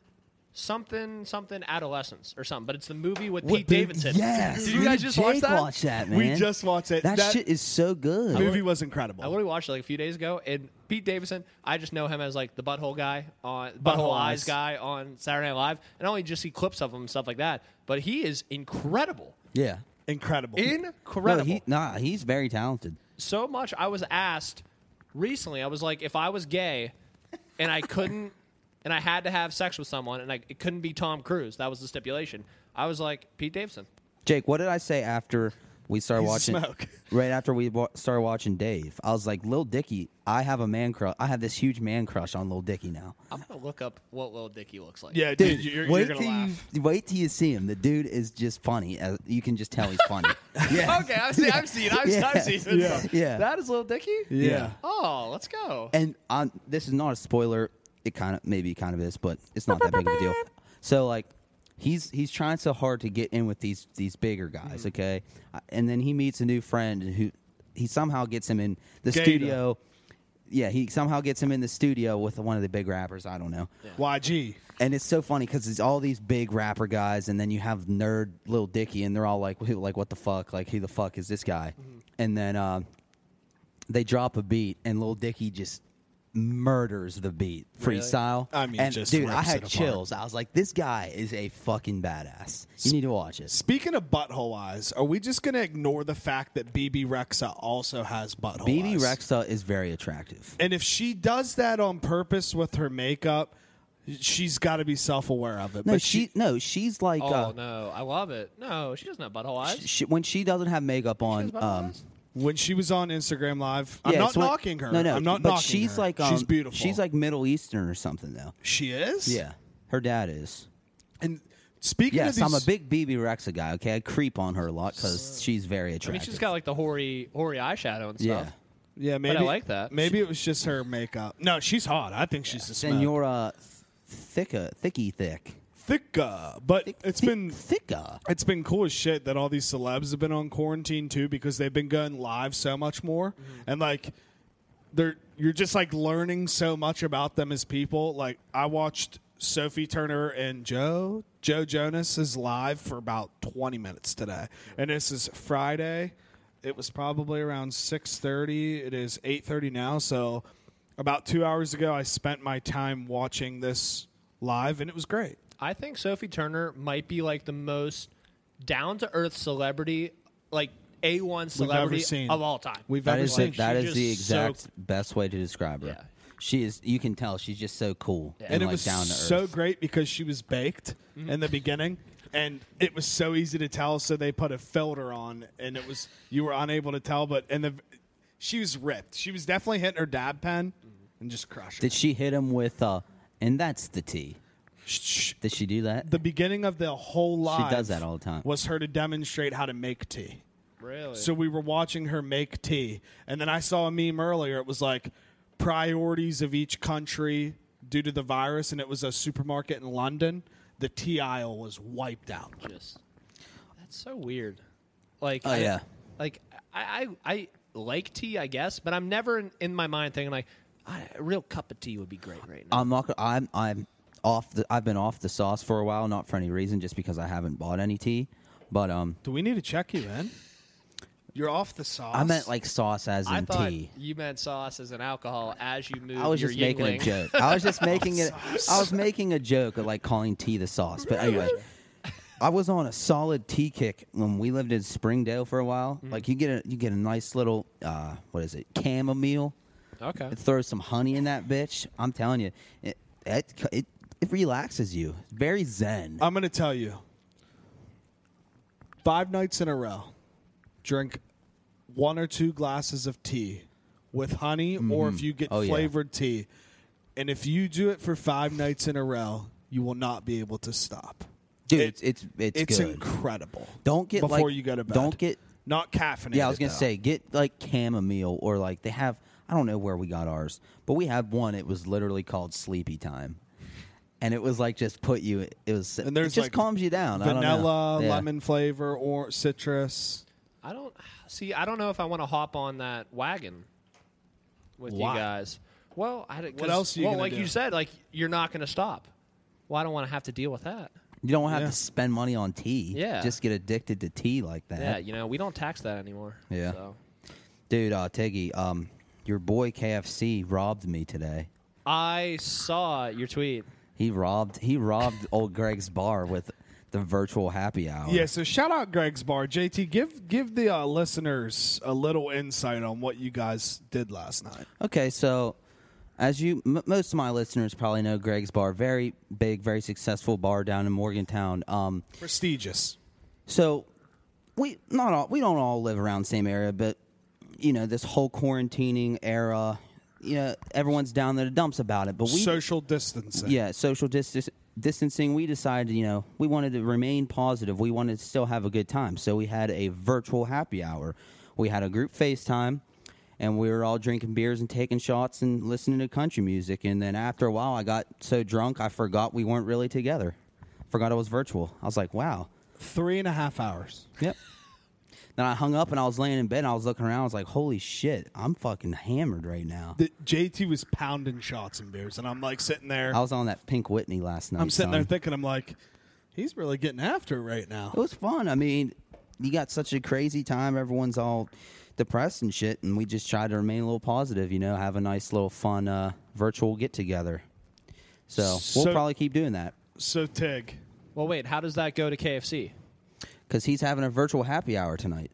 Speaker 4: something, something adolescence or something. But it's the movie with
Speaker 2: What-
Speaker 4: Pete Davidson.
Speaker 2: Yes.
Speaker 4: Did you
Speaker 2: me
Speaker 4: guys
Speaker 2: and
Speaker 4: just
Speaker 2: Jake
Speaker 4: watch that?
Speaker 2: watched that, man.
Speaker 3: We just watched it.
Speaker 2: That,
Speaker 3: That-
Speaker 2: shit is so good.
Speaker 3: Movie was incredible.
Speaker 4: I literally watched it like a few days ago, and Pete Davidson. I just know him as like the butthole guy on butthole,
Speaker 3: Butthole
Speaker 4: eyes.
Speaker 3: Eyes.
Speaker 4: guy on Saturday Night Live, and I only just see clips of him and stuff like that. But he is incredible,
Speaker 2: yeah.
Speaker 3: incredible.
Speaker 2: No,
Speaker 4: incredible.
Speaker 2: he, nah, he's very talented.
Speaker 4: so much. I was asked recently. I was like, if I was gay, and I couldn't, and I had to have sex with someone, and I, it couldn't be Tom Cruise. That was the stipulation. I was like Pete Davidson.
Speaker 2: Jake, what did I say after we started
Speaker 3: He's a
Speaker 2: watching?
Speaker 3: smoke.
Speaker 2: Right after we wa- started watching Dave, I was like, "Lil Dicky, I have a man crush. I have this huge man crush on Lil Dicky now."
Speaker 4: I'm gonna look up what Lil Dicky looks like.
Speaker 3: yeah,
Speaker 2: Dude,
Speaker 3: dude, you're, you're
Speaker 2: wait
Speaker 3: gonna
Speaker 2: till
Speaker 3: laugh.
Speaker 2: you wait till you see him. The dude is just funny. Uh, you can just tell he's funny. yeah,
Speaker 4: Okay, I've seen. I've seen. I've,
Speaker 2: Yeah.
Speaker 4: I've seen. it.
Speaker 2: Yeah. Yeah.
Speaker 4: That is Lil Dicky.
Speaker 3: yeah.
Speaker 4: Oh, let's go.
Speaker 2: and um, this is not a spoiler. It kind of maybe kind of is, but it's not that big of a deal. So like, he's he's trying so hard to get in with these these bigger guys, okay? Uh, And then he meets a new friend who he somehow gets him in the
Speaker 3: Gator.
Speaker 2: studio. Yeah, he somehow gets him in the studio with one of the big rappers. I don't know.
Speaker 3: YG.
Speaker 2: And it's so funny because it's all these big rapper guys, and then you have nerd little Dicky, and they're all like, "Who- like what the fuck? Like who the fuck is this guy?
Speaker 3: Mm-hmm.
Speaker 2: And then uh, they drop a beat, and little Dicky just murders the beat
Speaker 4: Really?
Speaker 2: freestyle.
Speaker 3: I mean,
Speaker 2: and
Speaker 3: just
Speaker 2: dude, I
Speaker 3: rips
Speaker 2: had
Speaker 3: it apart.
Speaker 2: chills. I was like, this guy is a fucking badass. You need to watch it.
Speaker 3: Speaking of butthole eyes, are we just gonna ignore the fact that BB Rexa also has butthole
Speaker 2: BB
Speaker 3: eyes?
Speaker 2: Rexa is very attractive.
Speaker 3: And if she does that on purpose with her makeup, she's got to be self aware of it.
Speaker 2: No,
Speaker 3: but
Speaker 2: she, no, she's like
Speaker 4: Oh
Speaker 2: uh,
Speaker 4: no, I love it. No, she doesn't have butthole eyes.
Speaker 2: sh- she, when she doesn't have makeup
Speaker 4: She has
Speaker 2: on.
Speaker 4: butthole
Speaker 2: Um,
Speaker 4: eyes?
Speaker 3: when she was on Instagram Live,
Speaker 2: yeah,
Speaker 3: I'm not
Speaker 2: it's when-
Speaker 3: knocking her.
Speaker 2: No, no,
Speaker 3: I'm not
Speaker 2: but
Speaker 3: knocking
Speaker 2: she's
Speaker 3: her.
Speaker 2: like um,
Speaker 3: she's beautiful.
Speaker 2: She's like Middle Eastern or something though.
Speaker 3: she is.
Speaker 2: Yeah, her dad is.
Speaker 3: And speaking
Speaker 2: Yes,
Speaker 3: of
Speaker 2: I'm
Speaker 3: these,
Speaker 2: a big BB Rexa guy. Okay, I creep on her a lot because she's very
Speaker 4: I
Speaker 2: attractive.
Speaker 4: mean, she's got like the hoary, hoary eyeshadow and
Speaker 2: yeah.
Speaker 4: stuff.
Speaker 3: Yeah, maybe
Speaker 4: like that.
Speaker 3: Maybe it was just her makeup. No, she's hot. I think she's a smoke.
Speaker 2: Senora uh, Thicka, Thicky Thick.
Speaker 3: Thicka, uh, but it's
Speaker 2: Thick-
Speaker 3: been
Speaker 2: Thicka.
Speaker 3: it's been cool as shit that all these celebs have been on quarantine too because they've been going live so much more and like they're you're just like learning so much about them as people like i watched sophie turner and joe joe jonas is live for about 20 minutes today and this is friday it was probably around 6.30 it is 8.30 now so about two hours ago i spent my time watching this live and it was great
Speaker 4: I think Sophie Turner might be like the most down to earth celebrity, like A one celebrity
Speaker 3: seen.
Speaker 4: of all time.
Speaker 3: We've
Speaker 2: That
Speaker 3: ever
Speaker 2: is
Speaker 3: seen.
Speaker 2: it. That
Speaker 4: she's
Speaker 2: is the
Speaker 4: just so-
Speaker 2: exact best way to describe her.
Speaker 4: Yeah.
Speaker 2: She is. You can tell she's just so cool and,
Speaker 3: and it
Speaker 2: like
Speaker 3: was
Speaker 2: down to
Speaker 3: so
Speaker 2: earth.
Speaker 3: great because she was baked in the beginning and it was so easy to tell so they put a filter on and it was you were unable to tell but and the she was ripped she was definitely hitting her dab pen and just crushing
Speaker 2: Did she hit him with? uh And that's the T.
Speaker 3: Sh-
Speaker 2: Did she do that?
Speaker 3: the beginning of the whole live
Speaker 2: does that all the time.
Speaker 3: was her to demonstrate how to make tea
Speaker 4: Really?
Speaker 3: So we were watching her make tea, and then I saw a meme earlier. It was like priorities of each country due to the virus, and it was a supermarket in London. The tea aisle was wiped out.
Speaker 4: just that's so weird. Like,
Speaker 2: Oh,
Speaker 4: I,
Speaker 2: yeah.
Speaker 4: like I, I, I like tea, I guess, but I'm never in, in my mind thinking like I, a real cup of tea would be great right now.
Speaker 2: I'm not. gonna- I'm. I'm off. The, I've been off the sauce for a while, not for any reason, just because I haven't bought any tea. But um,
Speaker 3: Do we need to check you in? You're off the sauce.
Speaker 2: I meant like sauce as in
Speaker 4: I thought
Speaker 2: tea.
Speaker 4: you meant sauce as an alcohol as you move.
Speaker 2: I was
Speaker 4: your
Speaker 2: just making a
Speaker 4: Yuengling.
Speaker 2: joke. I was just making it. I was making a joke of like calling tea the sauce. But anyway, I was on a solid tea kick when we lived
Speaker 4: Mm.
Speaker 2: in Springdale for a while. Like you get a you get a nice little uh, what is it chamomile.
Speaker 4: Okay.
Speaker 2: Throw some honey in that bitch. I'm telling you, it it, it, it relaxes you. Very zen.
Speaker 3: I'm going to tell you. Five nights in a row, drink one or two glasses of tea with honey, or if you get
Speaker 2: Oh, yeah.
Speaker 3: flavored tea. And if you do it for five nights in a row, you will not be able to stop.
Speaker 2: Dude,
Speaker 3: it-
Speaker 2: it's it's it's,
Speaker 3: It's,
Speaker 2: good.
Speaker 3: incredible.
Speaker 2: Don't get,
Speaker 3: before
Speaker 2: like-
Speaker 3: you go to bed.
Speaker 2: don't get-
Speaker 3: not caffeinated.
Speaker 2: Yeah, I was gonna
Speaker 3: though.
Speaker 2: say get like chamomile or like they have. I don't know where we got ours, but we had one. It was literally called Sleepy Time, and it was like just put you. It was
Speaker 3: And there's
Speaker 2: it just
Speaker 3: like
Speaker 2: calms you down. I don't know.
Speaker 3: vanilla,
Speaker 2: Yeah.
Speaker 3: lemon flavor, or citrus.
Speaker 4: I don't see. I don't know if I want to hop on that wagon with
Speaker 3: Why?
Speaker 4: you guys. Well, I,
Speaker 3: What else are you
Speaker 4: Well,
Speaker 3: gonna
Speaker 4: like you
Speaker 3: do?
Speaker 4: said, like you're not going to stop. Well, I don't want to have to deal with that.
Speaker 2: You don't have
Speaker 3: Yeah.
Speaker 2: to spend money on tea.
Speaker 4: Yeah.
Speaker 2: just get addicted to tea like that.
Speaker 4: Yeah, you know, we don't tax that anymore.
Speaker 2: Yeah.
Speaker 4: So.
Speaker 2: Dude, uh, Tiggy, um, your boy KFC robbed me today.
Speaker 4: I saw your tweet.
Speaker 2: He robbed. He robbed old Greg's bar with the virtual happy hour.
Speaker 3: Yeah, so shout out Greg's Bar. JT, give give the uh, listeners a little insight on what you guys did last night.
Speaker 2: Okay, so as you m- most of my listeners probably know, Greg's Bar, very big, very successful bar down in Morgantown. Um,
Speaker 3: Prestigious.
Speaker 2: so we not all we don't all live around the same area, but you know this whole quarantining era, you know everyone's down there the dumps about it. But we
Speaker 3: Social distancing.
Speaker 2: yeah, social dis- distancing. We decided, you know, we wanted to remain positive. We wanted to still have a good time. So we had a virtual happy hour. We had a group FaceTime, and we were all drinking beers and taking shots and listening to country music. And then after a while, I got so drunk I forgot we weren't really together. Forgot it was virtual. I was like, wow.
Speaker 3: Three and a half hours.
Speaker 2: Yep. then I hung up and I was laying in bed and I was looking around. I was like, holy shit, I'm fucking hammered right now.
Speaker 3: The, JT was pounding shots and beers, and I'm like sitting there.
Speaker 2: I was on that Pink Whitney last night.
Speaker 3: I'm sitting there
Speaker 2: son.
Speaker 3: thinking, I'm like, he's really getting after it right now.
Speaker 2: it was fun. I mean, you got such a crazy time. Everyone's all depressed and shit, and we just tried to remain a little positive. You know, have a nice little fun uh, virtual get together. So we'll
Speaker 3: So-
Speaker 2: probably keep doing that
Speaker 3: So Tig,
Speaker 4: Well, wait, how does that go to KFC?
Speaker 2: because he's having a virtual happy hour tonight.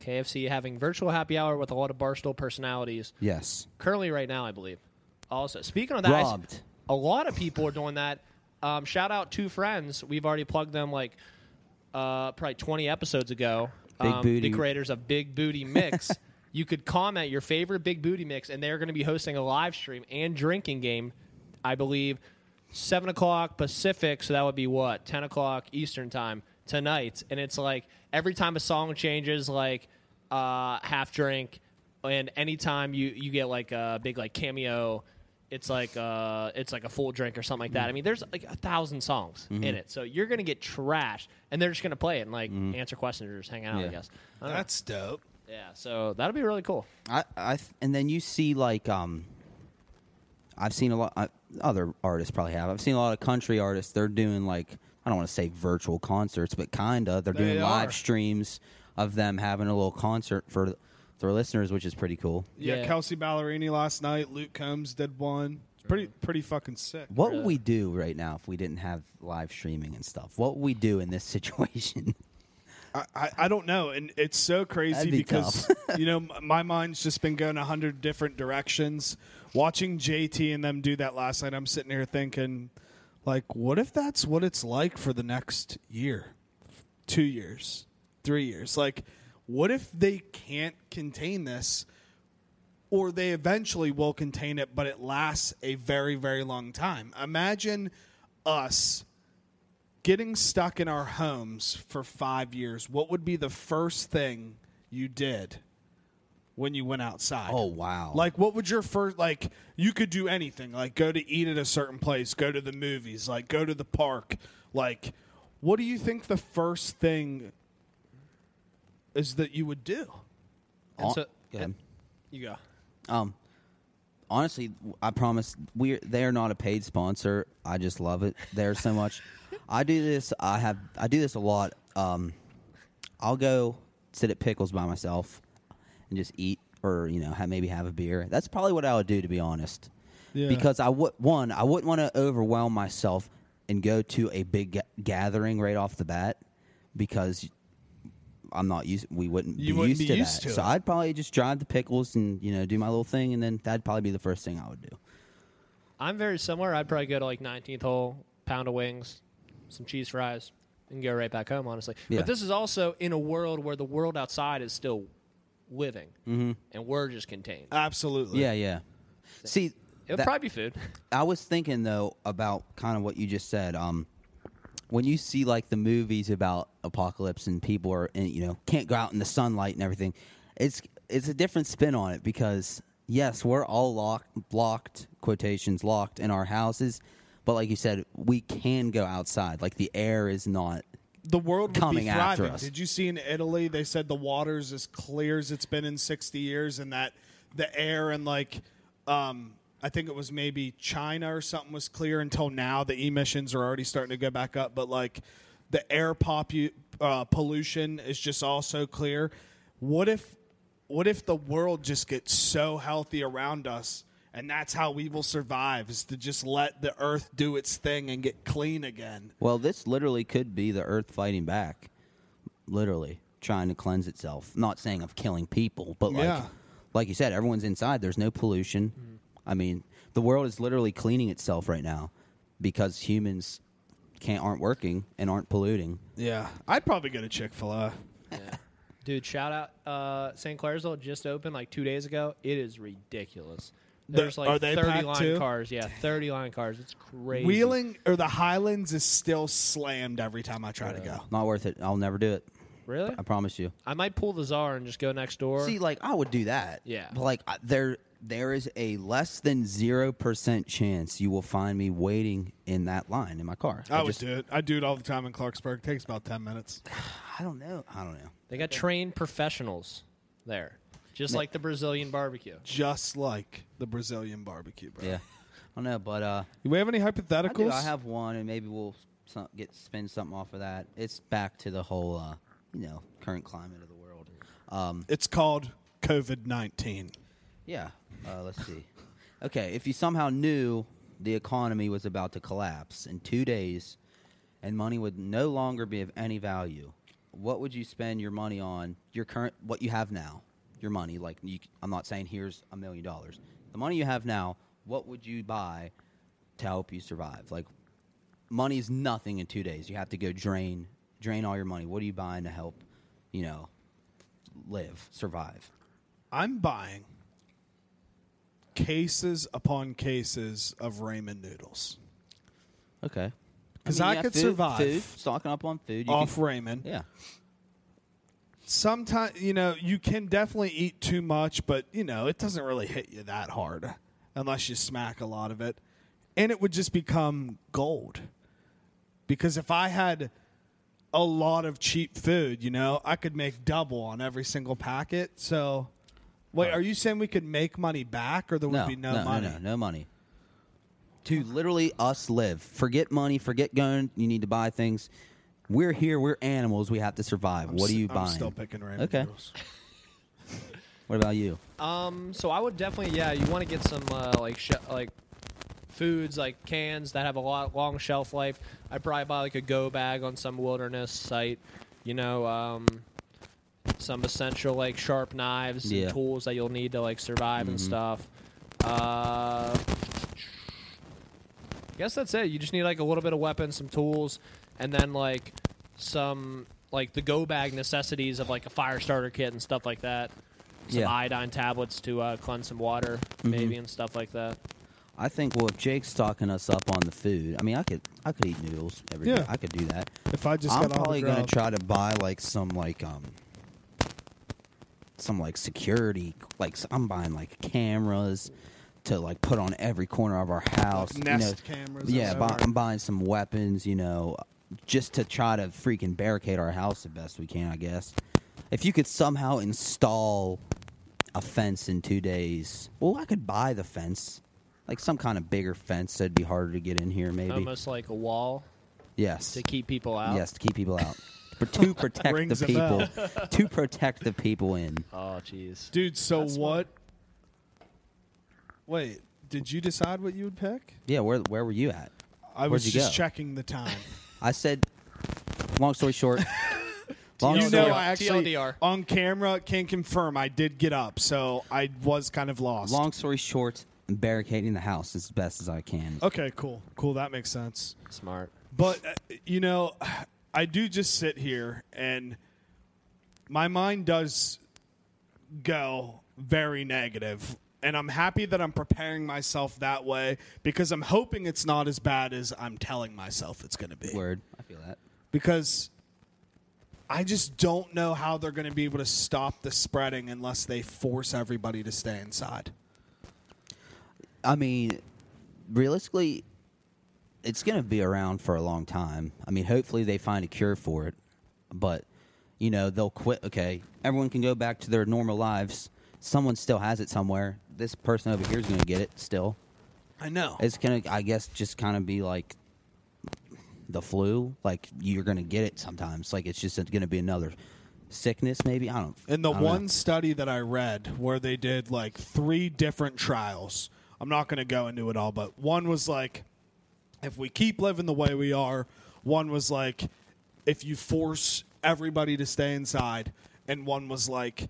Speaker 4: KFC having virtual happy hour with a lot of barstool personalities.
Speaker 2: Yes,
Speaker 4: Currently, right now, I believe. Also, speaking of that, I s-
Speaker 2: Robbed.
Speaker 4: a lot of people are doing that. Um, shout out two friends. We've already plugged them like uh, probably 20 episodes ago.
Speaker 2: Big
Speaker 4: um,
Speaker 2: Booty.
Speaker 4: The creators of Big Booty Mix. you could comment your favorite Big Booty Mix, and they're going to be hosting a live stream and drinking game, I believe, 7 o'clock Pacific. So that would be what? 10 o'clock Eastern time tonight. And it's like every time a song changes, like uh, half drink, and anytime you, you get like a big like cameo it's like uh it's like a full drink or something like that. I mean, there's like a thousand songs in it, so you're gonna get trashed, and they're just gonna play it and like answer questions or just hang out.
Speaker 2: Yeah.
Speaker 4: I guess. I don't know.
Speaker 3: that's dope.
Speaker 4: yeah, so that'll be really cool.
Speaker 2: I, I, th- and then you see like um, I've seen a lot. I, other artists probably have. I've seen a lot of country artists. They're doing like I don't want to say virtual concerts, but kinda. They're
Speaker 3: They
Speaker 2: doing live
Speaker 3: are.
Speaker 2: streams of them having a little concert for their listeners, which is pretty cool.
Speaker 3: Yeah,
Speaker 4: Yeah.
Speaker 3: Kelsey Ballerini last night. Luke Combs did one. It's pretty pretty fucking sick.
Speaker 2: What would we do right now if we didn't have live streaming and stuff? What would we do in this situation?
Speaker 3: I, I, I don't know, and it's so crazy
Speaker 2: That'd be
Speaker 3: because you know m- my mind's just been going a hundred different directions. Watching JT and them do that last night, I'm sitting here thinking, like, what if that's what it's like for the next year, two years, three years? Like, what if they can't contain this, or they eventually will contain it, but it lasts a very very long time? Imagine us getting stuck in our homes for five years, what would be the first thing you did when you went outside?
Speaker 2: Oh, wow.
Speaker 3: Like, what would your first like? You could do anything, like go to eat at a certain place, go to the movies, like go to the park. Like, what do you think the first thing is that you would do?
Speaker 4: And
Speaker 2: Hon-
Speaker 4: so-
Speaker 2: Go ahead.
Speaker 4: You go.
Speaker 2: Um, honestly, I promise we they are not a paid sponsor. I just love it there so much. I do this. I have I do this a lot. Um, I'll go sit at Pickles by myself and just eat, or you know, ha maybe have a beer. That's probably what I would do to be honest.
Speaker 3: Yeah.
Speaker 2: Because I would one, I wouldn't want to overwhelm myself and go to a big ga- gathering right off the bat because I'm not used. We wouldn't be
Speaker 3: You wouldn't
Speaker 2: used
Speaker 3: be
Speaker 2: to
Speaker 3: used
Speaker 2: that.
Speaker 3: to
Speaker 2: so
Speaker 3: it.
Speaker 2: I'd probably just drive the pickles and you know do my little thing, and then that'd probably be the first thing I would do.
Speaker 4: I'm very similar. I'd probably go to like 19th hole, pound of wings, some cheese fries, and go right back home. Honestly,
Speaker 2: Yeah.
Speaker 4: but this is also in a world where the world outside is still living, mm-hmm. and we're just contained.
Speaker 3: Uh, Absolutely.
Speaker 2: Yeah, yeah. See,
Speaker 4: It'll
Speaker 2: that-
Speaker 4: probably be food.
Speaker 2: I was thinking though about kind of what you just said. Um, when you see like the movies about apocalypse and people are in, you know can't go out in the sunlight and everything, it's it's a different spin on it because yes, we're all locked, locked quotations locked in our houses, but like you said, we can go outside. Like the air is not.
Speaker 3: The world would
Speaker 2: Coming
Speaker 3: be
Speaker 2: after
Speaker 3: thriving.
Speaker 2: us.
Speaker 3: Did you see in Italy? They said the water's as clear as it's been in 60 years, and that the air and like, um, I think it was maybe China or something was clear until now. The emissions are already starting to go back up, but like, the air popu- uh, pollution is just also clear. What if, what if the world just gets so healthy around us? And that's how we will survive is to just let the earth do its thing and get clean again.
Speaker 2: Well, this literally could be the Earth fighting back, literally trying to cleanse itself. Not saying of killing people, but like,
Speaker 3: Yeah. Mm-hmm.
Speaker 2: like you said, everyone's inside. There's no pollution. I mean, the world is literally cleaning itself right now because humans can't aren't working and aren't polluting.
Speaker 3: Yeah, I'd probably go to Chick Fil A.
Speaker 4: Dude, shout out uh, St. Clairsville just opened like two days ago. It is ridiculous.
Speaker 3: The-
Speaker 4: There's like
Speaker 3: are they
Speaker 4: 30
Speaker 3: packed
Speaker 4: line
Speaker 3: too?
Speaker 4: cars. Yeah, 30 line cars. It's crazy.
Speaker 3: Wheeling or the Highlands is still slammed every time I try to go.
Speaker 2: Not worth it. I'll never do it.
Speaker 4: Really?
Speaker 2: I promise you.
Speaker 4: I might pull the czar and just go next door.
Speaker 2: See, like I would do that.
Speaker 4: Yeah.
Speaker 2: But like I- there, there is a less than zero percent chance you will find me waiting in that line in my car.
Speaker 3: I, would
Speaker 2: just-
Speaker 3: do it. I do it all the time in Clarksburg. It takes about ten minutes.
Speaker 2: I don't know. I don't know.
Speaker 4: they got trained professionals there, just like the Brazilian barbecue.
Speaker 3: Just like the Brazilian barbecue, bro.
Speaker 2: Yeah, I don't know, but uh,
Speaker 3: Do we have any
Speaker 2: I do.
Speaker 3: hypotheticals?
Speaker 2: I have one, and maybe we'll some, get spin something off of that. It's back to the whole, uh, you know, current climate of the world. Um,
Speaker 3: It's called COVID nineteen.
Speaker 2: yeah, uh, let's see. Okay, if you somehow knew the economy was about to collapse in two days, and money would no longer be of any value, what would you spend your money on? Your current, what you have now, your money. Like, you, c- I'm not saying here's a million dollars. The money you have now, what would you buy to help you survive? Like, money is nothing in two days. You have to go drain, drain all your money. What are you buying to help, you know, live, survive?
Speaker 3: I'm buying cases upon cases of ramen noodles
Speaker 2: Okay.
Speaker 3: 'Cause
Speaker 2: mean,
Speaker 3: I
Speaker 2: yeah,
Speaker 3: could
Speaker 2: food-
Speaker 3: survive.
Speaker 2: Food, stocking up on food. You
Speaker 3: off
Speaker 2: could-
Speaker 3: ramen.
Speaker 2: yeah.
Speaker 3: sometimes you know you can definitely eat too much but you know it doesn't really hit you that hard unless you smack a lot of it and it would just become gold because if i had a lot of cheap food you know i could make double on every single packet so wait are you saying we could make money back or there would
Speaker 2: No,
Speaker 3: be no,
Speaker 2: no,
Speaker 3: money
Speaker 2: no, no, no money. To literally us live. Forget money. Forget going. You need to buy things. We're here. We're animals. We have to survive. what are
Speaker 3: S-
Speaker 2: you
Speaker 3: I'm
Speaker 2: buying?
Speaker 3: still picking ramen
Speaker 2: Okay.
Speaker 3: noodles.
Speaker 2: What about you?
Speaker 4: Um, so I would definitely, yeah, you want to get some uh, like sh- like foods like cans that have a lot long shelf life. I'd probably buy like a go bag on some wilderness site, you know, um, some essential like sharp knives
Speaker 2: Yeah.
Speaker 4: and tools that you'll need to like survive and stuff. Uh, guess that's it. You just need like a little bit of weapons, some tools, and then like some like the go bag necessities of like a fire starter kit and stuff like that. Some
Speaker 2: Yeah. Mm-hmm.
Speaker 4: iodine tablets to uh, cleanse some water, maybe, and stuff like that.
Speaker 2: I think. Well, if Jake's stocking us up on the food, I mean, I could, I could eat noodles every day.
Speaker 3: Yeah.
Speaker 2: I could do that.
Speaker 3: if i just
Speaker 2: I'm
Speaker 3: got all
Speaker 2: probably
Speaker 3: the
Speaker 2: gonna
Speaker 3: grub-
Speaker 2: try to buy like some like um some like security like s- I'm buying like cameras to like put on every corner of our house. you
Speaker 3: Nest
Speaker 2: know.
Speaker 3: cameras or
Speaker 2: Yeah, buy,
Speaker 3: whatever.
Speaker 2: I'm buying some weapons. You know, just to try to freaking barricade our house the best we can. I guess if you could somehow install a fence in two days, well, I could buy the fence. Like some kind of bigger fence that'd be harder to get in here, maybe.
Speaker 4: Almost like a wall
Speaker 2: yes.
Speaker 4: to keep people out.
Speaker 2: Yes, to keep people out. But to protect
Speaker 3: Rings
Speaker 2: the
Speaker 3: a bell.
Speaker 2: people. to protect the people in.
Speaker 4: Oh, jeez.
Speaker 3: dude so
Speaker 4: That's
Speaker 3: what wait did you decide what you would pick
Speaker 2: Yeah, where where were you at?
Speaker 3: I
Speaker 2: Where'd
Speaker 3: was
Speaker 2: you
Speaker 3: just
Speaker 2: go?
Speaker 3: checking the time.
Speaker 2: I said long story short, Long
Speaker 3: You
Speaker 2: story-
Speaker 3: know, I actually
Speaker 4: TLDR.
Speaker 3: on camera can confirm I did get up, so I was kind of lost.
Speaker 2: Long story short, I'm barricading the house as best as I can.
Speaker 3: okay, cool, cool. That makes sense.
Speaker 4: Smart.
Speaker 3: But uh, you know, I do just sit here and my mind does go very negative. And I'm happy that I'm preparing myself that way because I'm hoping it's not as bad as I'm telling myself it's going to be.
Speaker 2: Word. I feel that.
Speaker 3: Because I just don't know how they're going to be able to stop the spreading unless they force everybody to stay inside.
Speaker 2: I mean, realistically, it's going to be around for a long time. I mean, hopefully they find a cure for it, but you know they'll quit. Okay, everyone can go back to their normal lives. Someone still has it somewhere. This person over here is going to get it still.
Speaker 3: I know.
Speaker 2: It's gonna, I guess, just kind of be like the flu. Like you're gonna get it sometimes. Like it's just gonna be another sickness. Maybe I don't.
Speaker 3: In the
Speaker 2: I don't
Speaker 3: one
Speaker 2: know.
Speaker 3: study that I read where they did like three different trials, I'm not going to go into it all, but one was like, if we keep living the way we are, one was like, if you force everybody to stay inside, and one was like,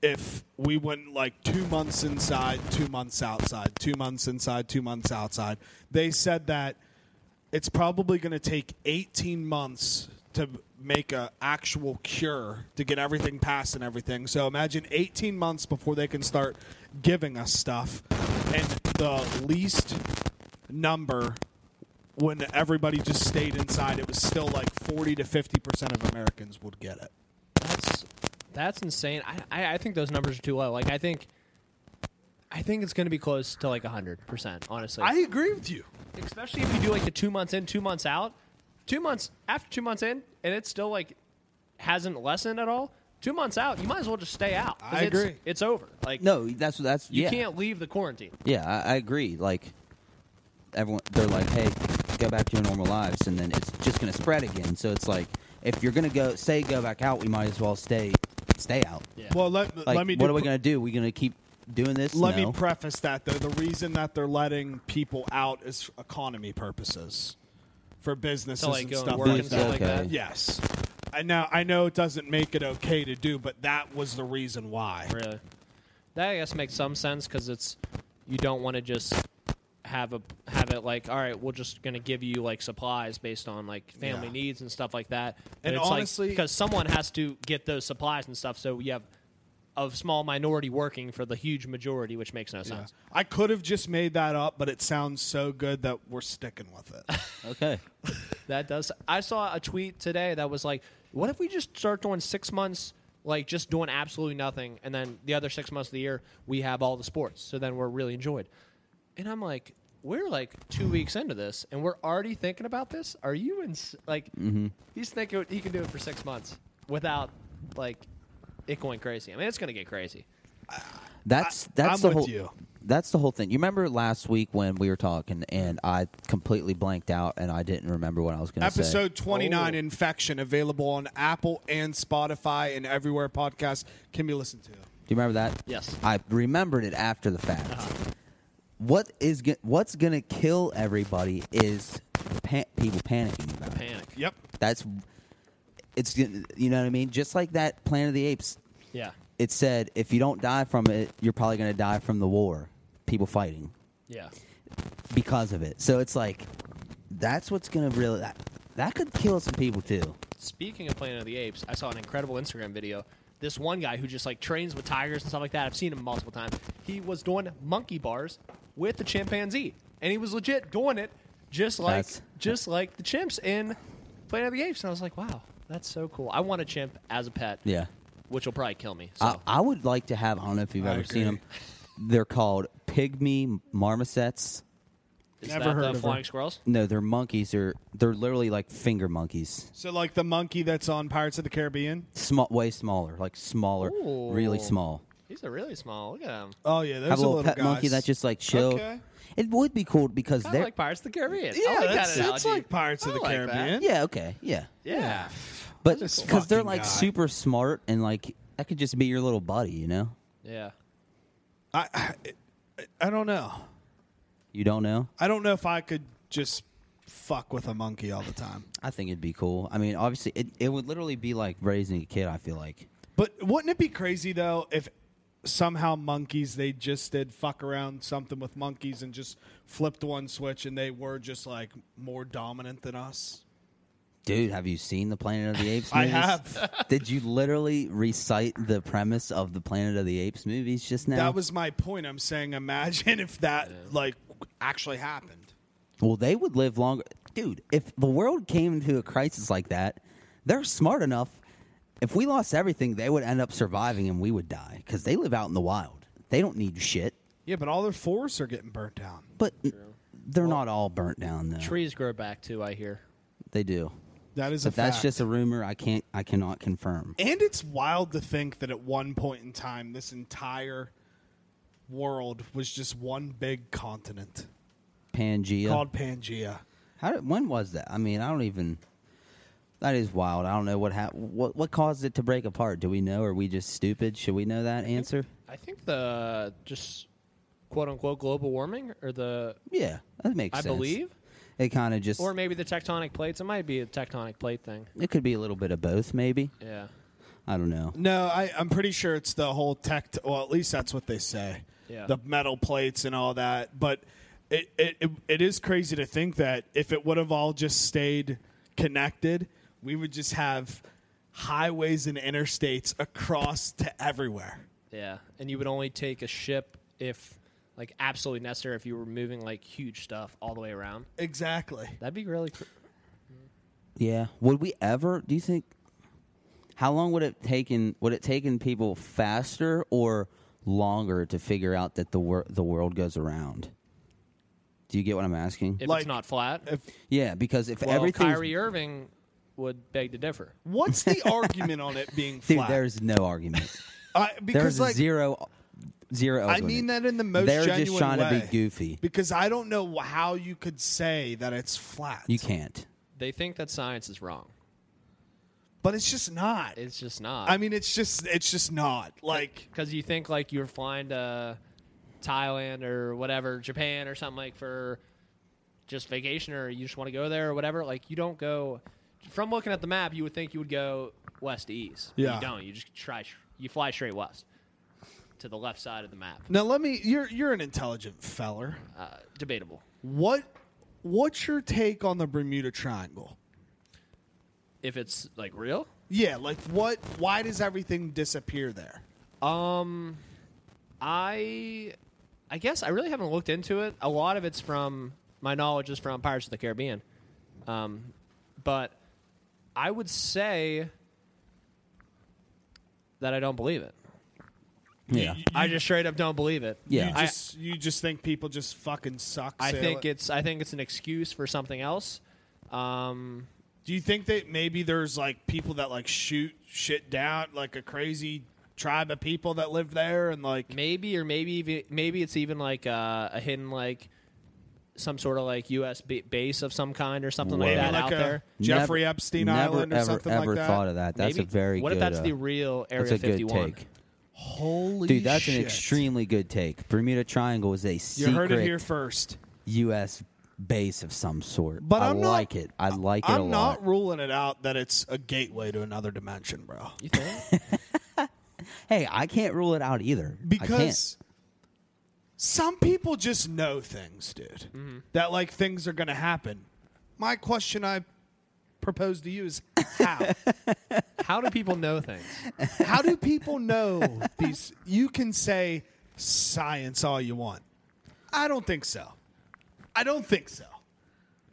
Speaker 3: if we went like two months inside, two months outside, two months inside, two months outside, they said that it's probably going to take 18 months to make a actual cure to get everything passed and everything. So imagine 18 months before they can start giving us stuff, and the least number when everybody just stayed inside, it was still like 40 to 50 percent of Americans would get it.
Speaker 4: That's that's insane. I, I I think those numbers are too low. Like I think I think it's going to be close to like hundred percent. Honestly,
Speaker 3: I agree with you.
Speaker 4: especially if you do like the two months in, two months out, two months after two months in, and it's still like hasn't lessened at all. Two months out, you might as well just stay out. 'cause
Speaker 3: I
Speaker 4: it's-
Speaker 3: agree.
Speaker 4: It's over. Like
Speaker 2: No, that's that's
Speaker 4: you
Speaker 2: yeah.
Speaker 4: can't leave the quarantine.
Speaker 2: Yeah, I, I agree. Like everyone, they're like, "Hey, go back to your normal lives," and then it's just going to spread again. So it's like, if you're going to go, say, go back out, we might as well stay, stay out.
Speaker 4: Yeah.
Speaker 3: Well, let,
Speaker 2: Like,
Speaker 3: let me.
Speaker 2: what
Speaker 3: do
Speaker 2: are we
Speaker 3: pre-
Speaker 2: going to do? We going to keep doing this?
Speaker 3: Let
Speaker 2: No.
Speaker 3: me preface that though. The reason that they're letting people out is for economy purposes, for businesses
Speaker 4: to like
Speaker 3: and
Speaker 4: go
Speaker 3: stuff
Speaker 4: and work
Speaker 3: like
Speaker 4: and
Speaker 3: that.
Speaker 4: stuff like that.
Speaker 2: Okay.
Speaker 3: Yes. I know I know it doesn't make it okay to do, but that was the reason why.
Speaker 4: Really, that I guess makes some sense because it's you don't want to just have a have it like all right, we're just gonna give you like supplies based on like family
Speaker 3: Yeah.
Speaker 4: needs and stuff like that.
Speaker 3: And
Speaker 4: it's like-
Speaker 3: honestly-
Speaker 4: because someone has to get those supplies and stuff, so you have a small minority working for the huge majority, which makes no
Speaker 3: Yeah.
Speaker 4: sense.
Speaker 3: I could have just made that up, but it sounds so good that we're sticking with it.
Speaker 2: Okay.
Speaker 4: That does. I saw a tweet today that was like, "What if we just start doing six months, like just doing absolutely nothing, and then the other six months of the year we have all the sports, so then we're really enjoyed." And I'm like, "We're like two weeks into this, and we're already thinking about this. Are you in? Like, he's thinking he can do it for six months without like it going crazy. I mean, it's gonna get crazy.
Speaker 2: That's
Speaker 3: I'm
Speaker 2: that's the
Speaker 3: with
Speaker 2: whole.
Speaker 3: you.
Speaker 2: That's the whole thing. You remember last week when we were talking and I completely blanked out and I didn't remember what I was going to say.
Speaker 3: Episode 29
Speaker 4: Oh.
Speaker 3: Infection available on Apple and Spotify and everywhere podcasts can be listened to.
Speaker 2: Do you remember that?
Speaker 4: Yes.
Speaker 2: I remembered it after the fact. What is go- what's gonna kill everybody is pan- people panicking about it.
Speaker 4: Panic.
Speaker 3: Yep.
Speaker 2: That's it's gonna- you know what I mean. Just like that Planet of the Apes,
Speaker 4: Yeah,
Speaker 2: it said if you don't die from it, you're probably gonna die from the war, people fighting
Speaker 4: yeah.
Speaker 2: because of it. So it's like that's what's gonna really that, that could kill some people too.
Speaker 4: Speaking of Planet of the Apes, I saw an incredible Instagram video. This one guy who just like trains with tigers and stuff like that. I've seen him multiple times. He was doing monkey bars with the chimpanzee, and he was legit doing it just like
Speaker 2: That's-
Speaker 4: just like the chimps in Planet of the Apes. And I was like, wow, that's so cool. I want a chimp as a pet.
Speaker 2: Yeah.
Speaker 4: which will probably kill me. So
Speaker 2: I, I would like to have. I don't know if you've
Speaker 3: I
Speaker 2: ever seen
Speaker 3: agree.
Speaker 2: them. They're called pygmy marmosets.
Speaker 4: is
Speaker 3: never
Speaker 4: that
Speaker 3: heard
Speaker 4: the
Speaker 3: of her.
Speaker 4: flying squirrels.
Speaker 2: No, they're monkeys. They're they're literally like finger monkeys.
Speaker 3: So like the monkey that's on Pirates of the Caribbean?
Speaker 2: Small, way smaller, like smaller, really
Speaker 4: Ooh.
Speaker 2: small.
Speaker 4: These are really small. Look at them.
Speaker 3: Oh yeah, there's
Speaker 2: Have a little,
Speaker 3: little
Speaker 2: pet monkey
Speaker 3: guys.
Speaker 2: that just like chill.
Speaker 3: Okay.
Speaker 2: It would be cool because
Speaker 4: Kind
Speaker 2: they're
Speaker 4: of like Pirates of the Caribbean. I
Speaker 3: Yeah,
Speaker 4: like that
Speaker 3: that's, that's
Speaker 4: analogy.
Speaker 3: like Pirates
Speaker 4: I
Speaker 3: of the
Speaker 4: like that.
Speaker 3: Caribbean.
Speaker 2: yeah, okay, yeah.
Speaker 4: Yeah.
Speaker 2: But
Speaker 3: This
Speaker 2: because they're
Speaker 3: fucking
Speaker 2: like
Speaker 3: guy.
Speaker 2: super smart and like that could just be your little buddy, you know.
Speaker 4: Yeah.
Speaker 3: I, I I don't know.
Speaker 2: You don't know.
Speaker 3: I don't know if I could just fuck with a monkey all the time.
Speaker 2: I think it'd be cool. I mean, obviously, it, it would literally be like raising a kid. I feel like
Speaker 3: But wouldn't it be crazy though if somehow monkeys they just did fuck around something with monkeys and just flipped one switch and they were just like more dominant than us?
Speaker 2: Dude, have you seen the Planet of the Apes
Speaker 3: I
Speaker 2: movies?
Speaker 3: have.
Speaker 2: Did you literally recite the premise of the Planet of the Apes movies just now?
Speaker 3: That was my point. I'm saying imagine if that like actually happened.
Speaker 2: well, they would live longer. Dude, if the world came into a crisis like that, they're smart enough. If we lost everything, they would end up surviving and we would die because they live out in the wild. They don't need shit.
Speaker 3: Yeah, but all their forests are getting burnt down.
Speaker 2: But they're not all burnt down though.
Speaker 4: Trees grow back too. I hear.
Speaker 2: They do.
Speaker 3: That is a
Speaker 2: But that's
Speaker 3: fact.
Speaker 2: just a rumor. I can't. I cannot confirm.
Speaker 3: And it's wild to think that at one point in time, this entire world was just one big continent
Speaker 2: Pangea.
Speaker 3: called Pangea.
Speaker 2: How did, when was that? I mean, I don't even. That is wild. I don't know what hap- what what caused it to break apart. Do we know? Are we just stupid? Should we know that answer?
Speaker 4: I think the just quote unquote global warming or the
Speaker 2: Yeah, that makes
Speaker 4: I
Speaker 2: sense.
Speaker 4: believe
Speaker 2: it kind of just
Speaker 4: or maybe the tectonic plates. It might be a tectonic plate thing.
Speaker 2: it could be a little bit of both. Maybe
Speaker 4: Yeah.
Speaker 2: I don't know.
Speaker 3: No, I, I'm pretty sure it's the whole tech. Well, at least that's what they say.
Speaker 4: Yeah.
Speaker 3: The metal plates and all that. But it, it, it, it is crazy to think that if it would have all just stayed connected, we would just have highways and interstates across to everywhere.
Speaker 4: Yeah. And you would only take a ship if like absolutely necessary if you were moving like huge stuff all the way around.
Speaker 3: Exactly.
Speaker 4: That'd be really cr-
Speaker 2: Yeah, would we ever? Do you think? How long would it taken? Would it taken people faster or longer to figure out that the wor- the world goes around? Do you get what I'm asking?
Speaker 4: if
Speaker 3: Like,
Speaker 4: it's not flat.
Speaker 3: If,
Speaker 2: yeah, because if
Speaker 4: well,
Speaker 2: everything's
Speaker 4: Kyrie Irving would beg to differ.
Speaker 3: what's the argument on it being
Speaker 2: dude,
Speaker 3: flat?
Speaker 2: there's no argument.
Speaker 3: I,
Speaker 2: There's
Speaker 3: because like
Speaker 2: zero, zero.
Speaker 3: I mean that in the most
Speaker 2: They're
Speaker 3: genuine
Speaker 2: just trying
Speaker 3: way.
Speaker 2: to be goofy.
Speaker 3: Because I don't know wh- how you could say that it's flat.
Speaker 2: You can't.
Speaker 4: They think that science is wrong.
Speaker 3: but it's just not.
Speaker 4: It's just not.
Speaker 3: I mean, it's just it's just not like
Speaker 4: because you think like you're flying to Thailand or whatever, Japan or something like for just vacation or you just want to go there or whatever. Like you don't go from looking at the map, you would think you would go west to east. but
Speaker 3: Yeah.
Speaker 4: you don't. You just try. You fly straight west to the left side of the map.
Speaker 3: now. Let me. You're you're an intelligent feller.
Speaker 4: Uh, debatable.
Speaker 3: What what's your take on the Bermuda Triangle?
Speaker 4: If it's like real,
Speaker 3: Yeah, like what? Why does everything disappear there?
Speaker 4: Um, I, I guess I really haven't looked into it. A lot of it's from my knowledge is from Pirates of the Caribbean, um, but I would say that I don't believe it.
Speaker 2: Yeah.
Speaker 3: You-
Speaker 4: I just straight up don't believe it.
Speaker 2: Yeah.
Speaker 3: You just, you just think people just fucking suck.
Speaker 4: I
Speaker 3: sail
Speaker 4: think
Speaker 3: it.
Speaker 4: it's I think it's an excuse for something else. Um,
Speaker 3: Do you think that maybe there's like people that like shoot shit down, like a crazy tribe of people that live there, and like
Speaker 4: maybe or maybe even- maybe it's even like uh, a hidden like some sort of like U.S. ba- base of some kind or something
Speaker 2: Whoa.
Speaker 4: like
Speaker 3: maybe
Speaker 4: that
Speaker 3: like
Speaker 4: out
Speaker 3: a
Speaker 4: there.
Speaker 3: Jeffrey
Speaker 2: Never-
Speaker 3: Epstein
Speaker 2: never,
Speaker 3: Island or
Speaker 2: ever,
Speaker 3: something
Speaker 2: ever
Speaker 3: like that?
Speaker 2: thought of that. That's
Speaker 4: Maybe.
Speaker 2: a very
Speaker 4: What
Speaker 2: good.
Speaker 4: if that's
Speaker 2: uh,
Speaker 4: the real Area
Speaker 2: That's a good
Speaker 4: 51?
Speaker 2: take,
Speaker 3: Holy
Speaker 2: dude. That's
Speaker 3: shit.
Speaker 2: an extremely good take. Bermuda Triangle is a
Speaker 3: You
Speaker 2: secret
Speaker 3: heard it here first.
Speaker 2: U.S. base of some sort.
Speaker 3: But
Speaker 2: I
Speaker 3: I'm not-
Speaker 2: like it. I like it
Speaker 3: I'm
Speaker 2: a lot.
Speaker 3: not ruling it out that it's a gateway to another dimension, bro.
Speaker 4: You think?
Speaker 2: hey, I can't rule it out either. I can't.
Speaker 3: Because some people just know things, dude.
Speaker 2: Mm-hmm.
Speaker 3: That like things are gonna happen. My question I propose to you is how?
Speaker 4: How do people know things?
Speaker 3: How do people know these? You can say science all you want. I don't think so. I don't think so.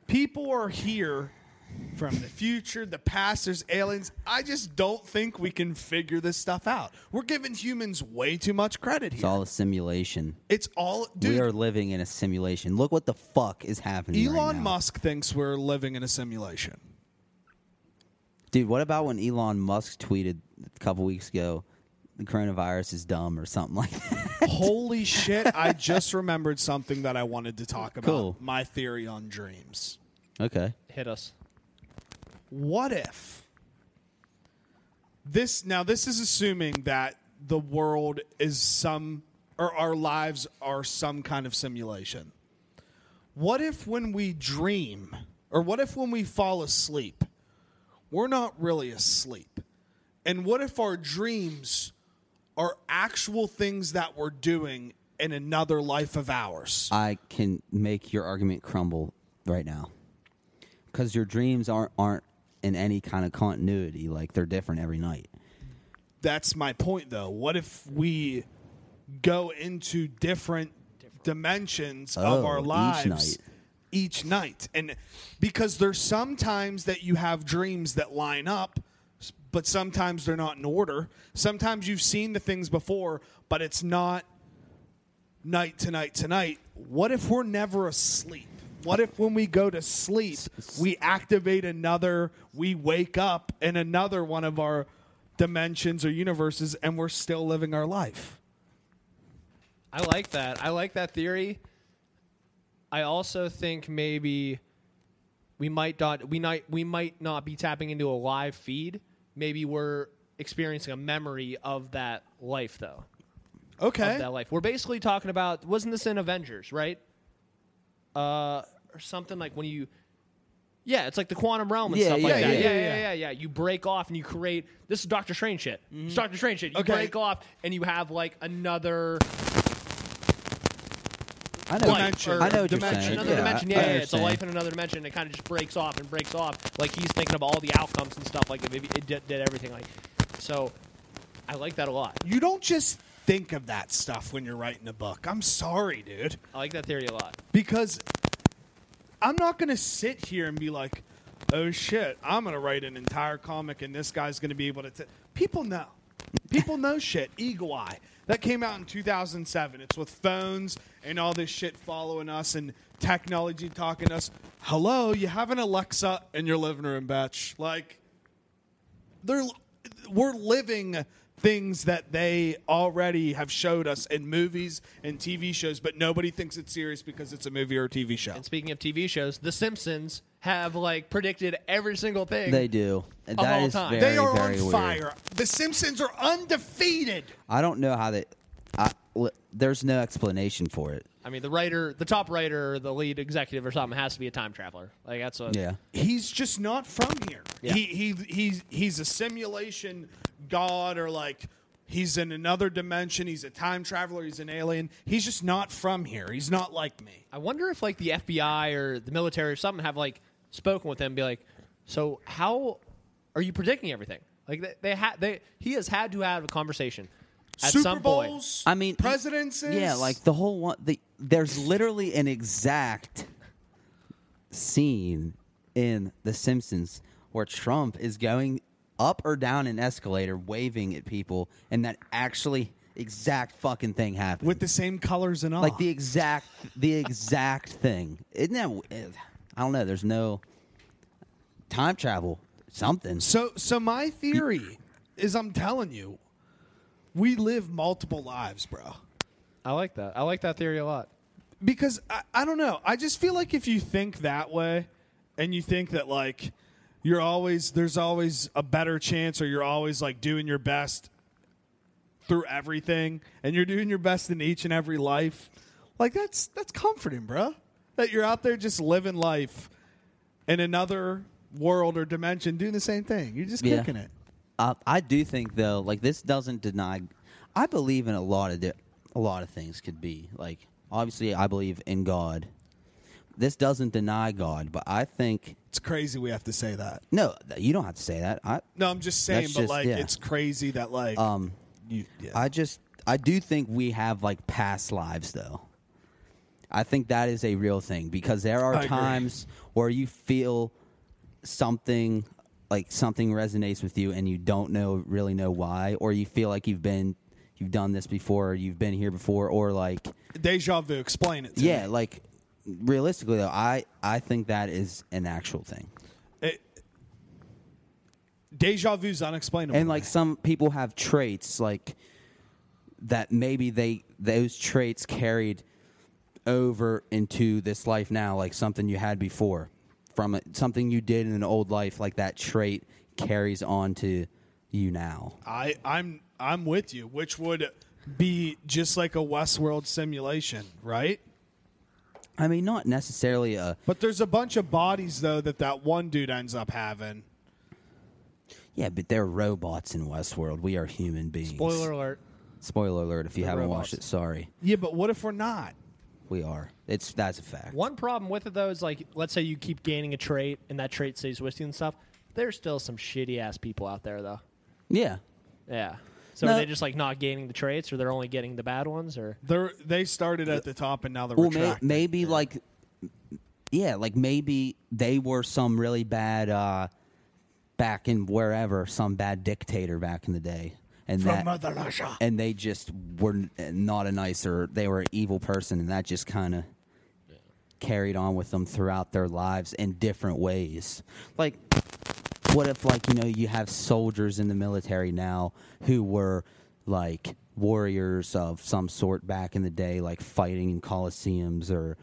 Speaker 3: People are here from the future, the past, there's aliens. I just don't think we can figure this stuff out. We're giving humans way too much credit
Speaker 2: It's
Speaker 3: here.
Speaker 2: all a simulation.
Speaker 3: It's all,
Speaker 2: we
Speaker 3: dude.
Speaker 2: are living in a simulation. Look what the fuck is happening. right
Speaker 3: Elon
Speaker 2: now.
Speaker 3: Musk thinks we're living in a simulation.
Speaker 2: Dude, what about when Elon Musk tweeted a couple weeks ago, the coronavirus is dumb or something like that?
Speaker 3: Holy shit, I just remembered something that I wanted to talk about.
Speaker 2: Cool.
Speaker 3: My theory on dreams.
Speaker 2: okay.
Speaker 4: Hit us.
Speaker 3: what if this now this is assuming that the world is some or our lives are some kind of simulation what if when we dream Or what if when we fall asleep, we're not really asleep? And what if our dreams are actual things that we're doing in another life of ours?
Speaker 2: I can make your argument crumble right now. Because your dreams aren't aren't in any kind of continuity. Like they're different every night.
Speaker 3: That's my point, though. What if we go into different dimensions of
Speaker 2: Oh,
Speaker 3: our
Speaker 2: each
Speaker 3: lives
Speaker 2: night.
Speaker 3: each night? And because there's sometimes that you have dreams that line up, s- but sometimes they're not in order. Sometimes you've seen the things before, but it's not night to night to night. What if we're never asleep? What if when we go to sleep, we activate another, we wake up in another one of our dimensions or universes, and we're still living our life?
Speaker 4: I like that. I like that theory. I also think maybe we might not we might we might not be tapping into a live feed. Maybe we're experiencing a memory of that life though.
Speaker 3: Okay.
Speaker 4: Of that life. We're basically talking about wasn't this in Avengers, right? Uh or something like when you yeah, it's like the quantum realm and
Speaker 2: Yeah,
Speaker 4: stuff
Speaker 2: yeah,
Speaker 4: like that.
Speaker 2: yeah,
Speaker 4: Yeah yeah
Speaker 3: yeah,
Speaker 4: yeah, yeah, You break off and you create this is Doctor Strange shit.
Speaker 2: Mm-hmm.
Speaker 4: It's Doctor Strange shit. You
Speaker 3: Okay.
Speaker 4: break off and you have like another
Speaker 2: I know.
Speaker 3: Dimension.
Speaker 2: I know what you're
Speaker 3: Dimension.
Speaker 2: saying.
Speaker 4: another
Speaker 2: yeah,
Speaker 4: dimension.
Speaker 2: I-
Speaker 4: Yeah,
Speaker 2: I
Speaker 4: yeah, it's a
Speaker 2: understand.
Speaker 4: life in another dimension. It kind of just breaks off and breaks off. Like he's thinking of all the outcomes and stuff. Like maybe it did, did everything. Like so, I like that a lot.
Speaker 3: you don't just think of that stuff when you're writing a book. I'm sorry, dude.
Speaker 4: I like that theory a lot.
Speaker 3: Because I'm not going to sit here and be like, oh shit, I'm going to write an entire comic and this guy's going to be able to. T-. People know. People know shit. Eagle Eye. That came out in 2007. It's with phones and all this shit following us and technology talking to us. Hello, you have an Alexa in your living room, bitch. Like, they're we're living things that they already have showed us in movies and TV shows, but nobody thinks it's serious because it's a movie or a TV show.
Speaker 4: And speaking of TV shows, The Simpsons have like predicted every single thing.
Speaker 2: They do. That is
Speaker 4: all time.
Speaker 2: very,
Speaker 4: They
Speaker 3: they are on
Speaker 2: very weird.
Speaker 3: fire. The Simpsons are undefeated.
Speaker 2: I don't know how that. I, li- there's no explanation for it.
Speaker 4: I mean, the writer, the top writer, the lead executive or something has to be a time traveler. Like that's what.
Speaker 2: Yeah.
Speaker 3: He's just not from here.
Speaker 4: Yeah.
Speaker 3: He he he's he's a simulation god or like he's in another dimension, he's a time traveler, he's an alien. He's just not from here. He's not like me.
Speaker 4: I wonder if like the FBI or the military or something have like spoken with him, and be like, so how are you predicting everything? Like they, they had they he has had to have a conversation at
Speaker 3: Super
Speaker 4: some point.
Speaker 3: Bowls,
Speaker 2: I mean,
Speaker 3: presidents.
Speaker 2: Yeah, like the whole one. The, there's literally an exact scene in The Simpsons where Trump is going up or down an escalator, waving at people, and that actually exact fucking thing happened.
Speaker 3: with the same colors and all.
Speaker 2: like the exact, the exact thing. Isn't that? w- eh, I don't know. There's no time travel. Something.
Speaker 3: So, so my theory is, I'm telling you, we live multiple lives, bro.
Speaker 4: I like that. I like that theory a lot.
Speaker 3: Because I, I don't know. I just feel like if you think that way, and you think that like you're always there's always a better chance, or you're always like doing your best through everything, and you're doing your best in each and every life. Like that's that's comforting, bro. That you're out there just living life in another world or dimension, doing the same thing. You're just
Speaker 2: Yeah.
Speaker 3: kicking it.
Speaker 2: Uh, I do think though, like this doesn't deny. I believe in a lot of di- a lot of things could be like. Obviously, I believe in God. This doesn't deny God, but I think
Speaker 3: It's crazy we have to say that.
Speaker 2: no. th- You don't have to say that. I
Speaker 3: No, I'm just saying,
Speaker 2: That's
Speaker 3: but
Speaker 2: just-
Speaker 3: like
Speaker 2: yeah.
Speaker 3: it's crazy that like
Speaker 2: um
Speaker 3: you, yeah.
Speaker 2: I just I do think we have like past lives though. I think that is a real thing because there
Speaker 3: I
Speaker 2: are
Speaker 3: agree.
Speaker 2: times where you feel something like something resonates with you and you don't know really know why or you feel like you've been you've done this before or you've been here before or like
Speaker 3: deja vu. Explain it. To
Speaker 2: yeah
Speaker 3: me.
Speaker 2: like realistically though I I think that is an actual thing.
Speaker 3: It- deja vu's unexplainable.
Speaker 2: and like some people have traits like that maybe they those traits carried over into this life now like something you had before from a, something you did in an old life like that trait carries on to you now
Speaker 3: I, I'm I'm with you, which would be just like a Westworld simulation, right?
Speaker 2: I mean, not necessarily a
Speaker 3: But there's a bunch of bodies though that that one dude ends up having.
Speaker 2: yeah, but they're robots in Westworld. We are human beings.
Speaker 4: Spoiler alert.
Speaker 2: Spoiler alert! If you haven't watched it,
Speaker 4: robots.
Speaker 2: sorry,
Speaker 3: Yeah, but what if we're not?
Speaker 2: we are. It's that's a fact.
Speaker 4: One problem with it though is like, let's say you keep gaining a trait and that trait stays with you and stuff. There's still some shitty ass people out there though.
Speaker 2: Yeah,
Speaker 4: Yeah. So
Speaker 2: No.
Speaker 4: are they just like not gaining the traits, or they're only getting the bad ones, or
Speaker 3: They're, they started at the top and now they're
Speaker 2: well, may,
Speaker 3: retracted.
Speaker 2: maybe like yeah, like maybe they were some really bad uh back in wherever some bad dictator back in the day, and that
Speaker 3: Mother Russia.
Speaker 2: and they just were n- not a nice or they were an evil person, and that just kind of carried on with them throughout their lives in different ways. Like, what if, like, you know, you have soldiers in the military now who were like warriors of some sort back in the day, like fighting in coliseums or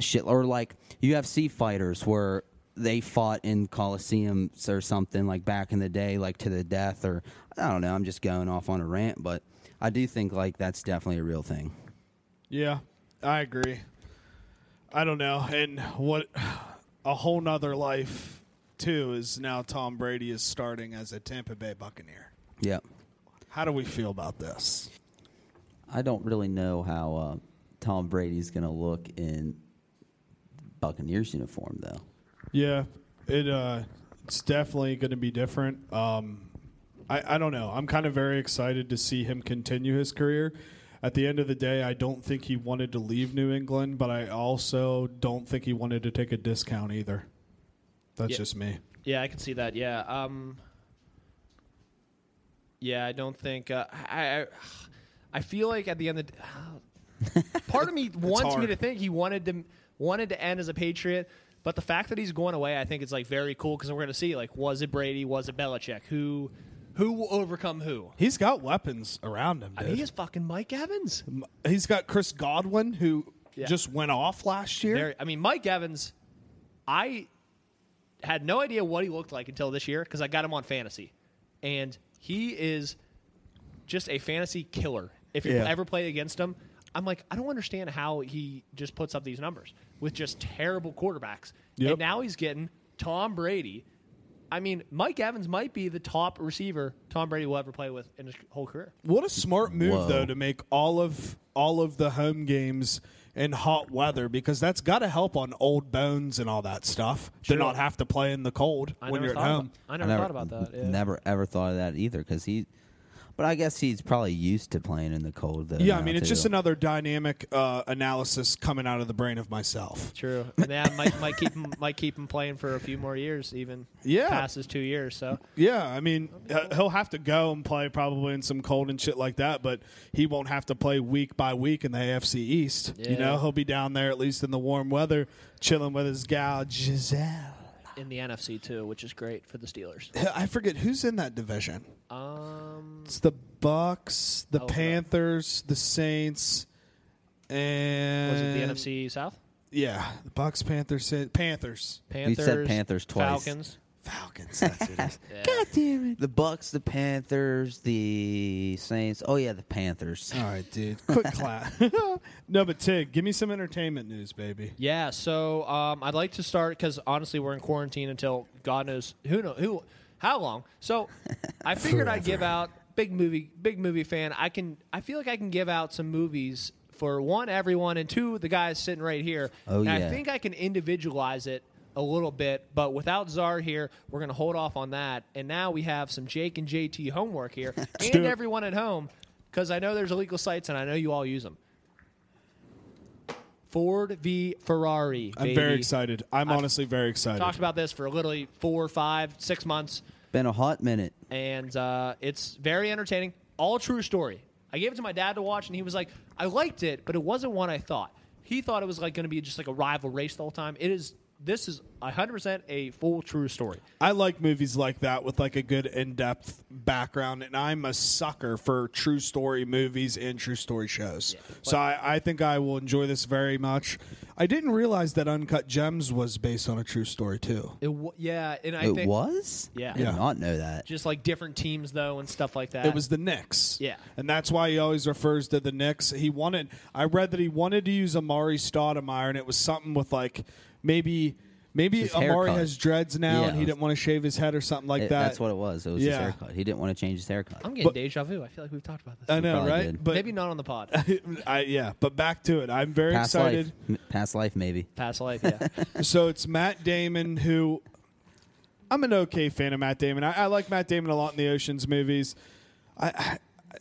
Speaker 2: shit, or like UFC fighters where they fought in coliseums or something like back in the day, like to the death, or I don't know. I'm just going off on a rant, but I do think like that's definitely a real thing.
Speaker 3: Yeah, I agree. I don't know. And what a whole nother life, too, is now Tom Brady is starting as a Tampa Bay Buccaneer.
Speaker 2: Yep.
Speaker 3: How do we feel about this?
Speaker 2: I don't really know how uh, Tom Brady's going to look in Buccaneers uniform, though.
Speaker 3: Yeah, it uh, it's definitely going to be different. Um, I I don't know. I'm kind of very excited to see him continue his career. At the end of the day, I don't think he wanted to leave New England, but I also don't think he wanted to take a discount either. That's
Speaker 4: Yeah.
Speaker 3: just me.
Speaker 4: Yeah, I can see that. Yeah. Um Yeah, I don't think uh, I, I I feel like at the end of the part of me wants me
Speaker 3: hard.
Speaker 4: to think he wanted to wanted to end as a Patriot, but the fact that he's going away, I think it's like very cool because we're going to see like was it Brady, was it Belichick, who who will overcome who.
Speaker 3: He's got weapons around him.
Speaker 4: I mean, he is fucking Mike Evans.
Speaker 3: He's got Chris Godwin, who
Speaker 4: Yeah.
Speaker 3: just went off last year.
Speaker 4: Very- I mean, Mike Evans, I had no idea what he looked like until this year because I got him on fantasy, and he is just a fantasy killer. If you
Speaker 3: Yeah.
Speaker 4: ever play against him, I'm like, I don't understand how he just puts up these numbers with just terrible quarterbacks,
Speaker 3: Yep.
Speaker 4: and now he's getting Tom Brady. I mean, Mike Evans might be the top receiver Tom Brady will ever play with in his whole career.
Speaker 3: What a smart move
Speaker 2: Whoa.
Speaker 3: though to make all of all of the home games in hot weather because that's got to help on old bones and all that stuff
Speaker 4: Sure.
Speaker 3: to not have to play in the cold
Speaker 4: I
Speaker 3: when you're
Speaker 4: never
Speaker 3: at
Speaker 4: thought
Speaker 3: home.
Speaker 4: About, I never thought about that. yeah.
Speaker 2: Never ever thought of that either because he. But I guess he's probably used to playing in the cold. Though,
Speaker 3: yeah, I
Speaker 2: now,
Speaker 3: mean it's
Speaker 2: too.
Speaker 3: just another dynamic uh, analysis coming out of the brain of myself.
Speaker 4: True. And that might might keep him might keep him playing for a few more years, even.
Speaker 3: Yeah.
Speaker 4: Past his two years. So
Speaker 3: Yeah, I mean uh, he'll have to go and play probably in some cold and shit like that, but he won't have to play week by week in the AFC East. You
Speaker 4: Yeah.
Speaker 3: know, he'll be down there at least in the warm weather, chilling with his gal Giselle.
Speaker 4: in the NFC too, which is great for the Steelers.
Speaker 3: I forget who's in that division.
Speaker 4: Um,
Speaker 3: It's the Bucks, the
Speaker 4: Oh, okay.
Speaker 3: Panthers, the Saints, and
Speaker 4: was it the NFC South?
Speaker 3: Yeah, the Bucks, Panthers, Sa- Panthers,
Speaker 4: Panthers.
Speaker 2: said Panthers twice.
Speaker 4: Falcons.
Speaker 3: Falcons. That's what it is.
Speaker 4: God
Speaker 3: damn it!
Speaker 2: the Bucks, the Panthers, the Saints. Oh yeah, the Panthers.
Speaker 3: All right, dude. Quick clap. no, but Tig, give me some entertainment news, baby.
Speaker 4: Yeah. So um, I'd like to start because honestly, we're in quarantine until God knows who know who how long. So I figured I'd give out big movie big movie fan. I can I feel like I can give out some movies for one everyone and two the guys sitting right here.
Speaker 2: Oh,
Speaker 4: And
Speaker 2: yeah.
Speaker 4: I think I can individualize it a little bit, but without Czar here, we're going to hold off on that. And now we have some Jake and JT homework here
Speaker 3: do
Speaker 4: and
Speaker 3: it.
Speaker 4: everyone at home because I know there's illegal sites and I know you all use them. Ford v Ferrari.
Speaker 3: I'm
Speaker 4: baby.
Speaker 3: very excited. I'm honestly very excited.
Speaker 4: Talked about this for literally four, five, six months,
Speaker 2: Been a hot minute.
Speaker 4: and uh, it's very entertaining. All true story. I gave it to my dad to watch, and he was like, "I liked it, but it wasn't what I thought." He thought it was like going to be just like a rival race the whole time. It is This is 100% a full true story.
Speaker 3: I like movies like that with like a good in-depth background, and I'm a sucker for true story movies and true story shows. so I, I think I will enjoy this very much. I didn't realize that Uncut Gems was based on a true story too.
Speaker 4: It w- yeah, and I
Speaker 2: It
Speaker 4: think
Speaker 2: was?
Speaker 4: Yeah.
Speaker 2: I did
Speaker 4: Yeah.
Speaker 2: not know that.
Speaker 4: just like different teams though and stuff like that.
Speaker 3: It was the Knicks.
Speaker 4: Yeah.
Speaker 3: And that's why he always refers to the Knicks. He wanted I read that he wanted to use Amari Stoudemire and it was something with like maybe maybe
Speaker 2: It's his
Speaker 3: Amari
Speaker 2: haircut.
Speaker 3: has dreads now
Speaker 2: Yeah.
Speaker 3: and he didn't want to shave his head or something like
Speaker 2: It-
Speaker 3: that.
Speaker 2: That's what it was. It was his
Speaker 3: Yeah.
Speaker 2: haircut. He didn't want to change his haircut.
Speaker 4: I'm getting
Speaker 3: But-
Speaker 4: deja vu. I feel like we've talked about this.
Speaker 3: I know,
Speaker 2: probably
Speaker 3: right?
Speaker 2: did.
Speaker 3: But
Speaker 4: Maybe not on the pod.
Speaker 3: I, yeah, but back to it. I'm very
Speaker 2: Past
Speaker 3: excited.
Speaker 2: life. M- Past life, maybe.
Speaker 4: Past life, yeah.
Speaker 3: so it's Matt Damon who I'm an okay fan of Matt Damon. I, I like Matt Damon a lot in the Ocean's movies. I, I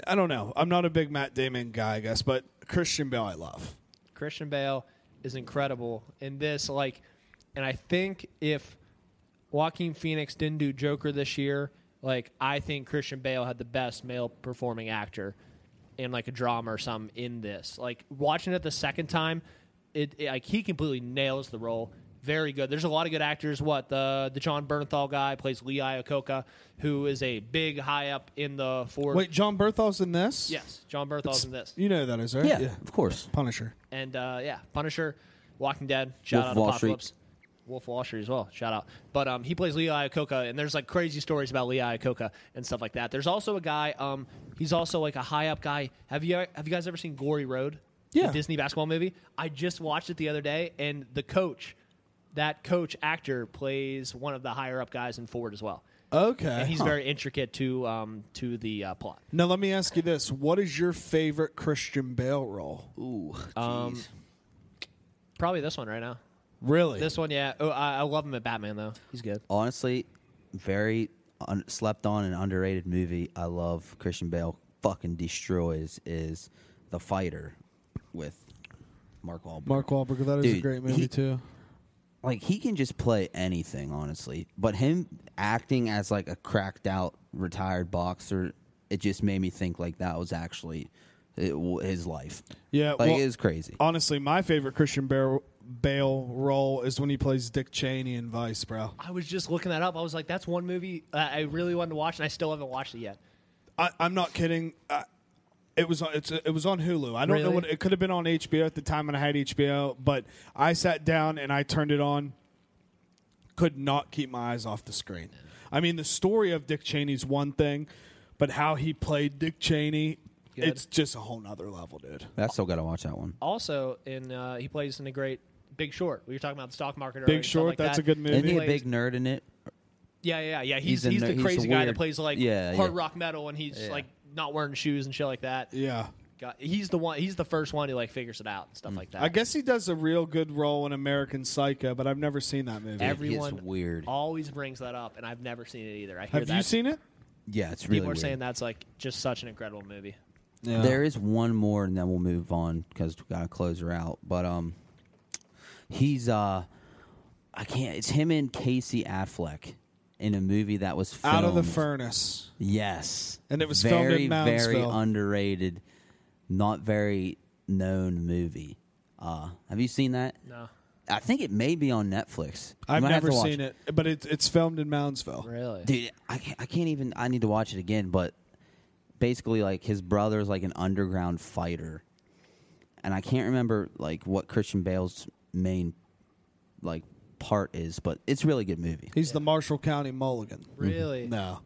Speaker 3: I don't know. I'm not a big Matt Damon guy, I guess, but Christian Bale I love.
Speaker 4: Christian Bale is incredible in this. Like, and I think if Joaquin Phoenix didn't do Joker this year, like I think Christian Bale had the best male performing actor in like a drama or something in this. Like watching it the second time, it, it- like he completely nails the role. Very good. There's a lot of good actors. What the the John Bernthal guy plays Lee Iacocca, who is a big high up in the Ford.
Speaker 3: Wait, John Berthal's in this?
Speaker 4: yes, John Bernthal's in this.
Speaker 3: You know who that is, right?
Speaker 2: Yeah, of course.
Speaker 3: Punisher.
Speaker 4: and uh, yeah, Punisher, Walking Dead, shout
Speaker 2: Wolf
Speaker 4: out
Speaker 2: of Wall
Speaker 4: Apocalypse, Wolf of Wall Street as well, shout out. But um, he plays Lee Iacocca, and there's like crazy stories about Lee Iacocca and stuff like that. There's also a guy, um, he's also like a high up guy. Have you have you guys ever seen Gory Road? The
Speaker 3: Yeah.
Speaker 4: Disney basketball movie. I just watched it the other day, and the coach, that coach actor, plays one of the higher up guys in Ford as well.
Speaker 3: Okay.
Speaker 4: And
Speaker 2: Uh-huh.
Speaker 4: he's very intricate to um, to the uh, plot.
Speaker 3: now let me ask you this: What is your favorite Christian Bale role?
Speaker 2: Ooh,
Speaker 4: Um,
Speaker 2: jeez.
Speaker 4: Probably this one right now.
Speaker 3: Really?
Speaker 4: This one, yeah. Oh, I, I love him at Batman though. He's good.
Speaker 2: Honestly, very un- slept on and underrated movie. I love Christian Bale. Fucking destroys is the fighter with Mark Wahlberg.
Speaker 3: Mark Wahlberg. That is
Speaker 2: Dude,
Speaker 3: a great movie
Speaker 2: he-
Speaker 3: too.
Speaker 2: like he can just play anything honestly but him acting as like a cracked out retired boxer it just made me think like that was actually it, w- his life
Speaker 3: Yeah,
Speaker 2: like
Speaker 3: well- uh,
Speaker 2: it was crazy
Speaker 3: Honestly, my favorite Christian Bale, Bale role is when he plays Dick Cheney in Vice, bro.
Speaker 4: I was just looking that up. I was like, that's one movie that I really wanted to watch, and I still haven't watched it yet.
Speaker 3: I, I'm not kidding. I, it was on, it's it was on Hulu. I don't know
Speaker 4: Really?
Speaker 3: what it could have been on HBO at the time when I had HBO, but I sat down and I turned it on. Could not keep my eyes off the screen. I mean, the story of Dick Cheney's one thing, but how he played Dick Cheney,
Speaker 4: Good.
Speaker 3: it's just a whole nother level, dude.
Speaker 2: i still gotta watch that one
Speaker 4: Also, in uh, he plays in a great Big Short. We were talking about the stock market. earlier
Speaker 3: Big
Speaker 4: and stuff
Speaker 3: Short,
Speaker 4: like
Speaker 3: that's
Speaker 4: that.
Speaker 3: a good movie.
Speaker 2: isn't he a
Speaker 4: plays-
Speaker 2: big nerd in it
Speaker 4: Yeah, yeah, yeah. He's
Speaker 2: He's a
Speaker 4: he's,
Speaker 2: nerd-
Speaker 4: the
Speaker 2: he's
Speaker 4: crazy
Speaker 2: a
Speaker 4: guy
Speaker 2: weird-
Speaker 4: that plays like
Speaker 2: Yeah,
Speaker 4: hard
Speaker 2: yeah.
Speaker 4: rock metal, and he's
Speaker 2: Yeah.
Speaker 4: like not wearing shoes and shit like that.
Speaker 3: Yeah.
Speaker 4: God, he's the one. He's the first one who like figures it out and
Speaker 2: Mm.
Speaker 4: stuff like that.
Speaker 3: I guess he does a real good role in American Psycho, but I've never seen that movie.
Speaker 2: Every-
Speaker 4: everyone
Speaker 2: weird.
Speaker 4: always brings that up, and I've never seen it either. I hear
Speaker 3: have you
Speaker 4: that.
Speaker 3: seen it?
Speaker 2: yeah it's really
Speaker 4: People are
Speaker 2: weird.
Speaker 4: saying that's like just such an incredible movie.
Speaker 3: Yeah.
Speaker 2: There is one more, and then we'll move on because we gotta close her out. But um, he's uh, I can't. It's him and Casey Affleck in a movie that was filmed.
Speaker 3: Out of the furnace.
Speaker 2: Yes,
Speaker 3: And it was filmed
Speaker 2: very,
Speaker 3: in
Speaker 2: very
Speaker 3: Moundsville.
Speaker 2: underrated, not very known movie. Uh, have you seen that?
Speaker 4: No,
Speaker 2: I think it may be on Netflix. You
Speaker 3: I've
Speaker 2: might have
Speaker 3: never
Speaker 2: to watch
Speaker 3: seen it, but it's it's filmed in Moundsville.
Speaker 4: really.
Speaker 2: dude I can't, I can't even i need to watch it again but basically like his brother's like an underground fighter and i can't remember like what christian bale's main like part is but it's a really good movie
Speaker 3: He's the Marshall County Mulligan.
Speaker 4: Really?
Speaker 3: No.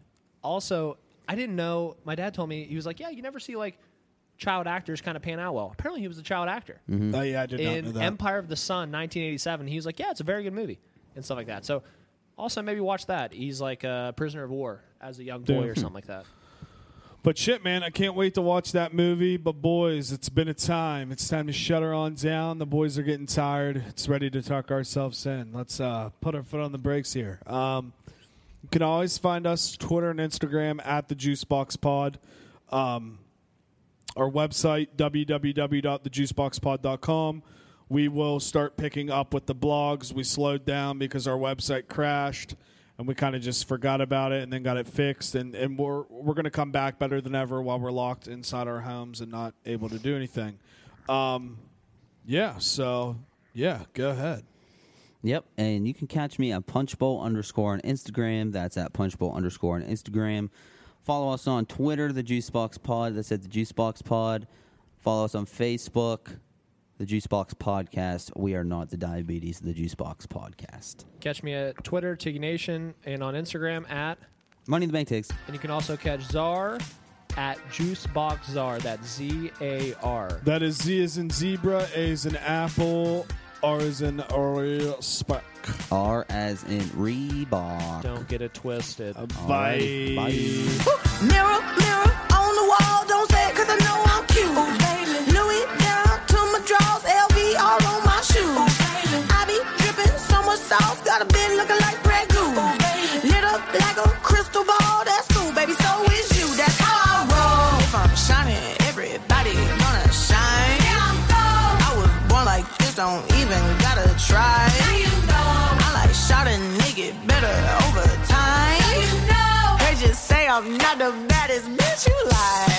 Speaker 4: also i didn't know my dad told me he was like yeah you never see like child actors kind of pan out well apparently he was a child actor
Speaker 3: Oh yeah, I did not know
Speaker 4: in
Speaker 3: that.
Speaker 4: empire of the sun 1987 he was like yeah it's a very good movie and stuff like that so also maybe watch that he's like a prisoner of war as a young boy
Speaker 3: Dude.
Speaker 4: or something like that
Speaker 3: but shit, man, I can't wait to watch that movie. But boys, it's been a time. It's time to shut her on down. The boys are getting tired. It's ready to tuck ourselves in. Let's uh, put our foot on the brakes here. Um, you can always find us Twitter and Instagram at the Juicebox Pod. Um, our website www.thejuiceboxpod.com we will start picking up with the blogs we slowed down because our website crashed and we kind of just forgot about it and then got it fixed and, and we're, we're going to come back better than ever while we're locked inside our homes and not able to do anything um, yeah so yeah go ahead
Speaker 2: Yep, and you can catch me at Punchbowl underscore on Instagram. That's at Punchbowl underscore on Instagram. Follow us on Twitter, the Juicebox Pod. That's at the Juicebox Pod. Follow us on Facebook, the Juicebox Podcast. We are not the diabetes, the Juicebox Podcast.
Speaker 4: Catch me at Twitter, Tiggy Nation, and on Instagram at.
Speaker 2: Money in the Bank takes.
Speaker 4: And you can also catch Czar at Juicebox Czar. That's Z A R.
Speaker 3: That is Z is in zebra, A is in apple, R is in Oreo speck.
Speaker 2: R as in Reebok.
Speaker 4: Don't get it twisted.
Speaker 2: Alrighty,
Speaker 3: Bye.
Speaker 2: bye.
Speaker 5: Mirror, mirror on the wall, don't say it 'cause I know I'm cute.
Speaker 1: Oh,
Speaker 5: Ooh, baby. Louis down to my drawers, LV all on my shoes. Ooh, baby. I be dripping so much sauce, got a bit looking like Prego. Lit up like a crystal ball, that's cool, baby. So is you, that's how I roll. If I'm shining, everybody wanna shine. Here I go. I was born like this, don't even gotta try. There you go. I like shot a nigga better over time. They just say I'm not the baddest bitch you like.